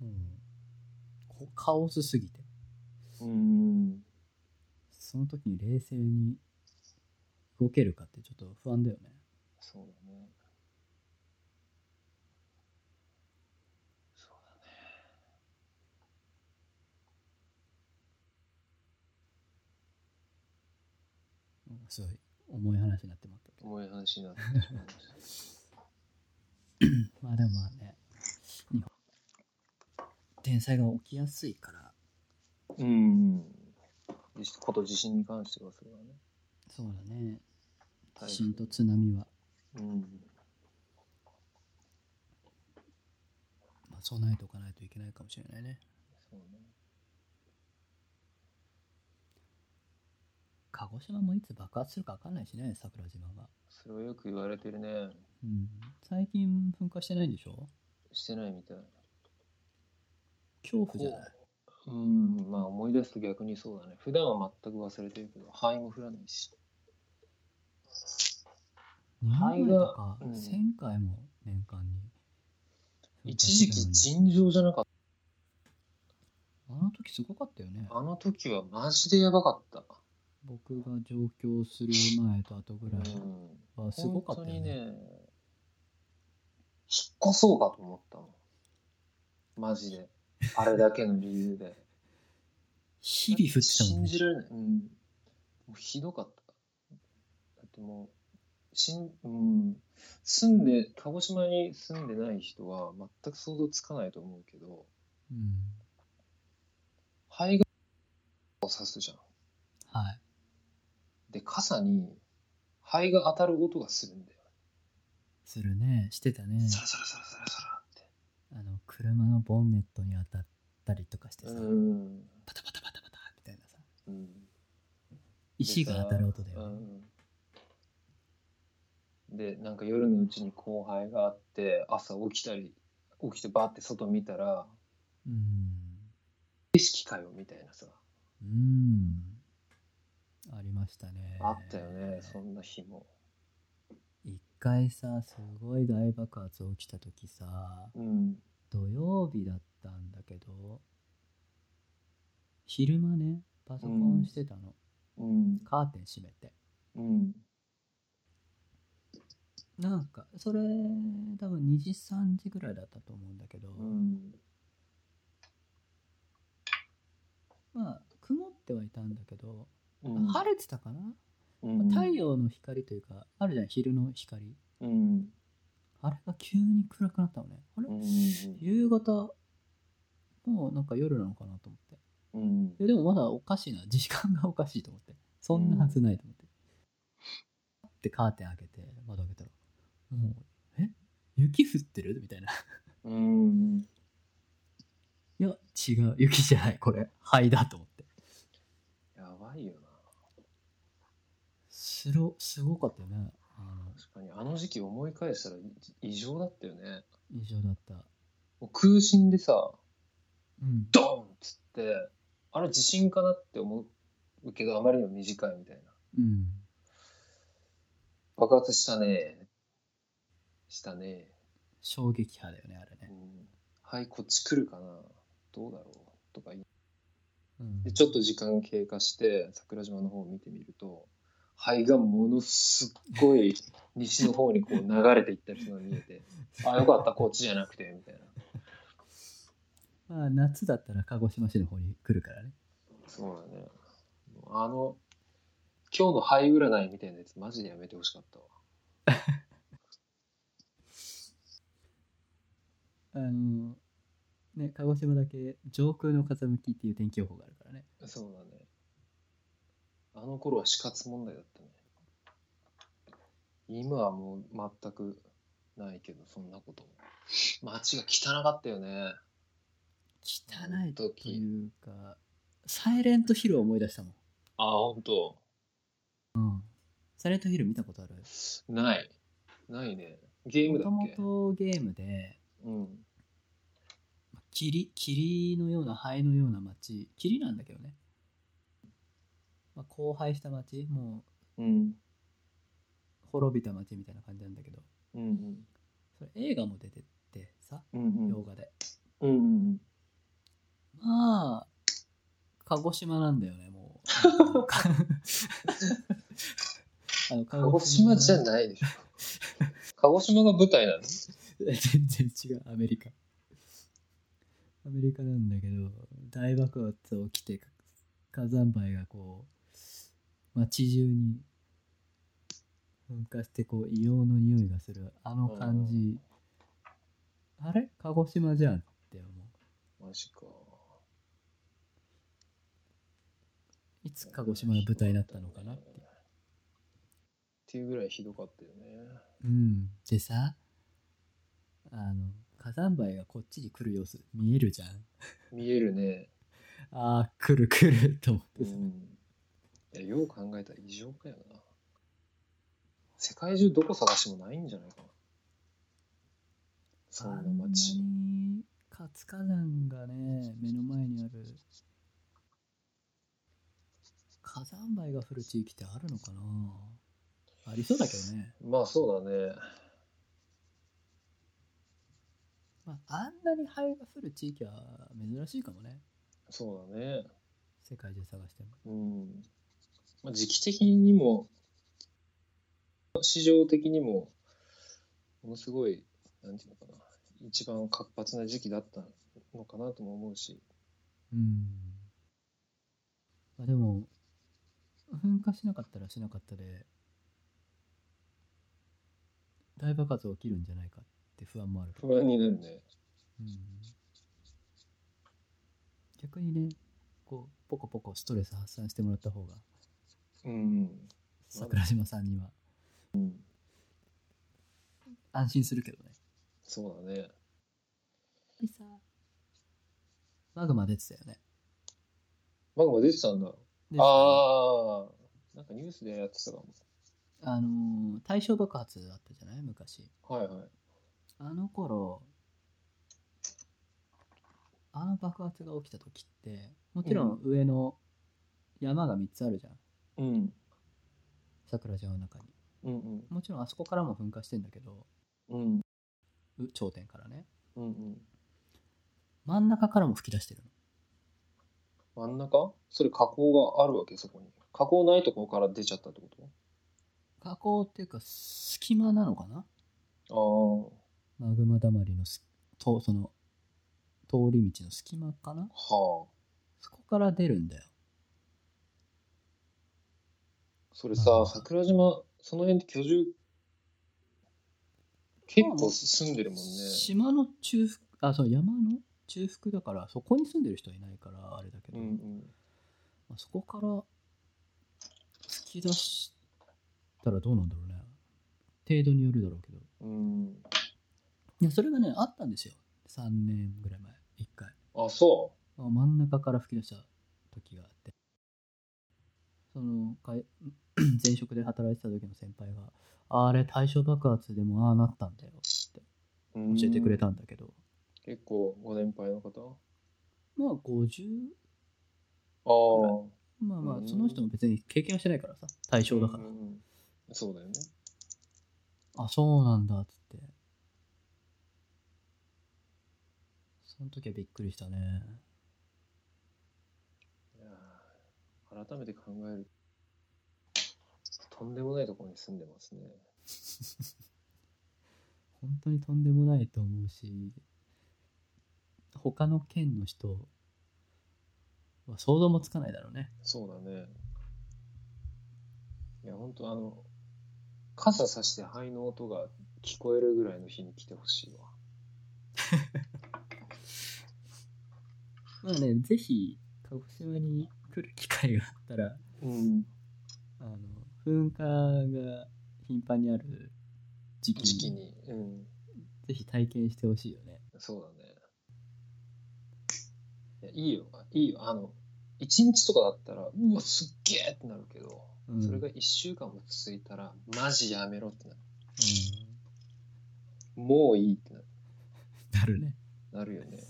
B: うもうこカオスすぎて
A: うん
B: その時に冷静に動けるかってちょっと不安だよね
A: そうだねそうだね
B: なんかすごい重い話になってまったけど
A: 重い話になってしまいました
B: まあでもまあね日本天災が起きやすいから
A: うん実こと自信に関してはそれはね
B: そうだね
A: はい
B: 地震と津波は、
A: うん
B: まあ、備えておかないといけないかもしれないね
A: そうね
B: 鹿児島もいつ爆発するか分かんないしね、桜島が。
A: それはよく言われてるね。
B: うん、最近噴火してないんでしょ
A: してないみたい。
B: 恐怖じゃない
A: うん、まあ思い出すと逆にそうだね。普段は全く忘れてるけど、灰も降らないし。
B: 日本
A: 肺が
B: とか
A: うん
B: 1000回も年間に。
A: 一時期尋常じゃなかっ
B: あの時すごかったよね
A: た。。あの時はマジでやばかった。
B: 僕が上京する前と後ぐ
A: う
B: らい
A: ん。
B: はすごかった
A: 本当
B: よ
A: にね、
B: ね。
A: 引っ越そうかと思ったの。マジで。あれだけの理由で。
B: 日々降ってた
A: 信
B: もんね。
A: じられない。うん。もうひどかった。だってもう、しん、うん。住んで、鹿児島に住んでない人は全く想像つかないと思うけど、
B: うん。
A: 灰がを刺すじゃん。
B: はい。
A: で、傘に灰が当たる音がするんだよ。
B: するね。してたね。
A: サラサラサラサラサラって。
B: あの、車のボンネットに当たったりとかしてさ、
A: うん。
B: パタパタパタパタみたいなさ、
A: うん。
B: 石が当たる音だ
A: う
B: よね。
A: んでなんか夜のうちに後輩があって朝起きたり起きてバーって外見たら
B: うん。
A: 景色かよみたいなさ
B: うん。ありましたね。
A: あったよねそんな日も
B: 一回さ、すごい大爆発起きた時さ、
A: うん
B: 土曜日だったんだけど、昼間ね、パソコンしてたの。
A: うん
B: カーテン閉めて。
A: うん
B: なんか、それ、多分2時、3時ぐらいだったと思うんだけど、
A: うん
B: まあ、曇ってはいたんだけど、
A: うん
B: 晴れてたかな、
A: うん
B: 太陽の光というか、あるじゃん、昼の光。
A: うん
B: あれが急に暗くなったのね。あれ、
A: うん
B: 夕方、もうなんか夜なのかなと思って。
A: うん
B: えでもまだおかしいな。時間がおかしいと思って。そんなはずないと思って。で、カーテン開けて、窓開けたら、もう、え雪降ってるみたいな。
A: うん
B: いや、違う。雪じゃない。これ、灰だと思って。
A: やばいよな
B: すろ、すごかったよね。あの、
A: 確かにあの時期思い返したら異常だったよね
B: 異常だった。
A: もう空心でさ
B: うん。
A: ドーンっつってあれ地震かなって思うけどあまりにも短いみたいな
B: うん。
A: 爆発したねしたね、
B: 衝撃波だよね、あれ
A: う
B: ね。
A: ん、はいこっち来るかなどうだろうとか言い
B: うん。
A: でちょっと時間経過して桜島の方を見てみると灰がものすっごい西の方にこう流れていったりするのが見えてあよかったこっちじゃなくてみたいな
B: まあ、夏だったら鹿児島市の方に来るからね。
A: そうだねあの今日の灰占いみたいなやつマジでやめてほしかったわ
B: あの、ね、鹿児島だけ上空の風向きっていう天気予報があるからね。
A: そうだね。あの頃は死活問題だったね。今はもう全くないけど、そんなことも。街が汚かったよね。
B: 汚いというか、サイレントヒルを思い出したもん。
A: あ、ほんと。
B: サイレントヒル見たことある
A: ない。ないね。ゲーム
B: も
A: だ
B: と
A: っ
B: も
A: け
B: とゲームで、
A: うん。
B: まあ霧霧のような灰のような町霧なんだけどね、まあ、荒廃した町も
A: うん。
B: う滅びた町みたいな感じなんだけど
A: うん。
B: それ映画も出てってさ
A: うん。うん。
B: 洋画で、
A: うん。うん。
B: まあ鹿児島なんだよねも うあの
A: 鹿児島じゃ
B: い
A: ないで しょ。鹿児島が舞台なの
B: 全然違うアメリカアメリカなんだけど大爆発起きて火山灰がこう街中に噴火してこう硫黄の匂いがするあの感じあれ鹿児島じゃんって思う
A: マジか。
B: いつ鹿児島の舞台になったのかなっていう
A: っていうぐらいひどかったよね。
B: うんでさあの火山灰がこっちに来る様子見えるじゃん
A: 見えるね。
B: あー来る来ると思っ
A: う
B: てさ
A: ん。いや、よう考えたら異常かよな。世界中どこ探してもないんじゃないかな。そんな
B: あ
A: 街。
B: んなに活火山がね、目の前にある。火山灰が降る地域ってあるのかなありそうだけどね。
A: まあそうだね。
B: まあ、あんなに灰が降る地域は珍しいかもね。
A: そうだね。
B: 世界中探しても。
A: うん。まあ、時期的にも、市場的にも、ものすごい、なんていうのかな、一番活発な時期だったのかなとも思うし。
B: うん。まあでも、噴火しなかったらしなかったで、大爆発起きるんじゃないかって不安もあるけど。
A: 不安になるね。
B: うん逆にねこうポコポコストレス発散してもらった方が
A: うん。
B: 桜島さんには
A: うん、
B: 安心するけどね
A: そうだね。
B: マグマ出てたよね
A: マグマ出てたんだ。
B: で
A: ああ、なんかニュースでやってたかも。
B: あのー大正爆発あったじゃない昔
A: はいはい。
B: あの頃あの爆発が起きた時ってもちろん上の山が3つあるじゃん、
A: うん。
B: 桜島の中に
A: うんうん。
B: もちろんあそこからも噴火してんだけど
A: うん。
B: う頂点からね
A: うんうん。
B: 真ん中からも吹き出してるの
A: 真ん中それ火口があるわけ、そこに。火口ないところから出ちゃったってこ
B: 加工っていうか隙間なのかな
A: と
B: マグマだまりのすとその通り道の隙間かな
A: ああ、はあ。
B: そこから出るんだよ
A: それさ、桜島、その辺って居住、結構住んでるもんね。
B: 島の中腹あそう山の中腹だからそこに住んでる人はいないからあれだけ
A: う
B: ど、
A: んうん。
B: まあ、そこから突き出したらどうなんだろうね程度によるだろうけど
A: うん、
B: いやそれがねあったんですよ3年ぐらい前1回
A: あ、そ
B: あ真ん中から吹き出した時があってそのかい 前職で働いてた時の先輩が「あれ大正爆発でもああなったんだよ」って
A: う。
B: 教えてくれ
A: うん。
B: たんだけど、
A: 結構ご年配の方
B: まあ50
A: ああ。
B: まあまあ
A: うん
B: その人も別に経験はしてないからさ大正だから、
A: うんうんそうだよね。
B: あそうなんだっつってその時はびっくりしたね
A: いやー改めて考えるとんでもないところに住んでますね
B: 本当にとんでもないと思うし他の県の人は想像もつかないだろうね
A: そうだねいや本当あの傘さして灰の音が聞こえるぐらいの日に来てほしいわ
B: まあねぜひ鹿児島に来る機会があったら
A: うん
B: あの噴火が頻繁にある時期に
A: 時期にうん
B: ぜひ体験してほしいよね
A: そうだねいやいいよいいよあの1日とかだったらうわすっげえってなるけど、
B: うん
A: それが1週間も続いたらマジやめろってなるもういいってなる
B: うんなるね
A: なるよね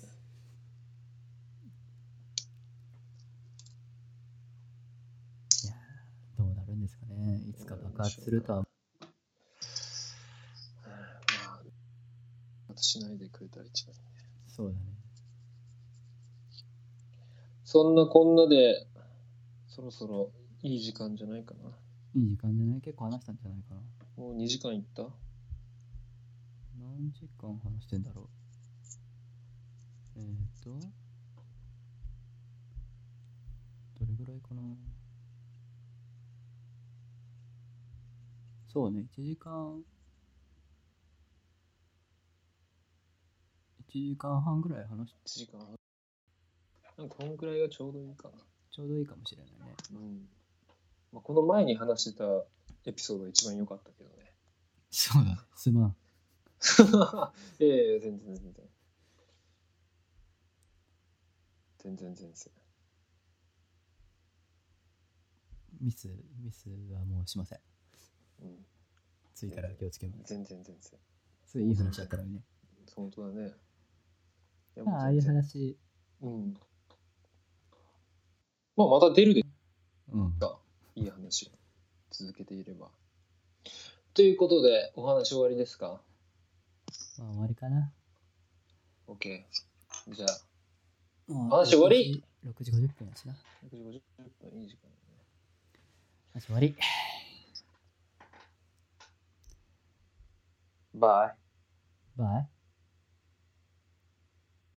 B: いやーどうなるんですかねいつか爆発するとは
A: まあ、しないでくれたら一番いいね。
B: そうだね
A: そんなこんなで、そろそろいい時間じゃないかな。
B: いい時間じゃない結構話したんじゃないかな
A: もう2時間いった
B: 何時間話してんだろうえー、っとどれぐらいかなそうね1時間1時間半ぐらい話し
A: ?1 時間半。なんかこんくらいがちょうどいいか
B: ちょうどいいかもしれないね
A: な。うん。まあ、この前に話してたエピソードが一番良かったけどね。
B: そうだすまん
A: いやいや、全然全然。全然全然。
B: ミス、ミスはもうしません。
A: うん、
B: 次から気をつけます。
A: 全然全然。
B: すごいいい話だったのにね。
A: 本当だね。いや
B: まあ、ああいう。
A: もう
B: 話、
A: 全然うん。まあ、また出るで
B: うん。
A: いい話を続けていれば。ということで、お話終わりですか
B: まあ、終わりかな。
A: ?OK。じゃあ、
B: もう
A: 話終わり
B: ?6 時50分やしな。
A: 6時50分、いい時間だね。
B: 話終わり。
A: バイ。
B: バイ。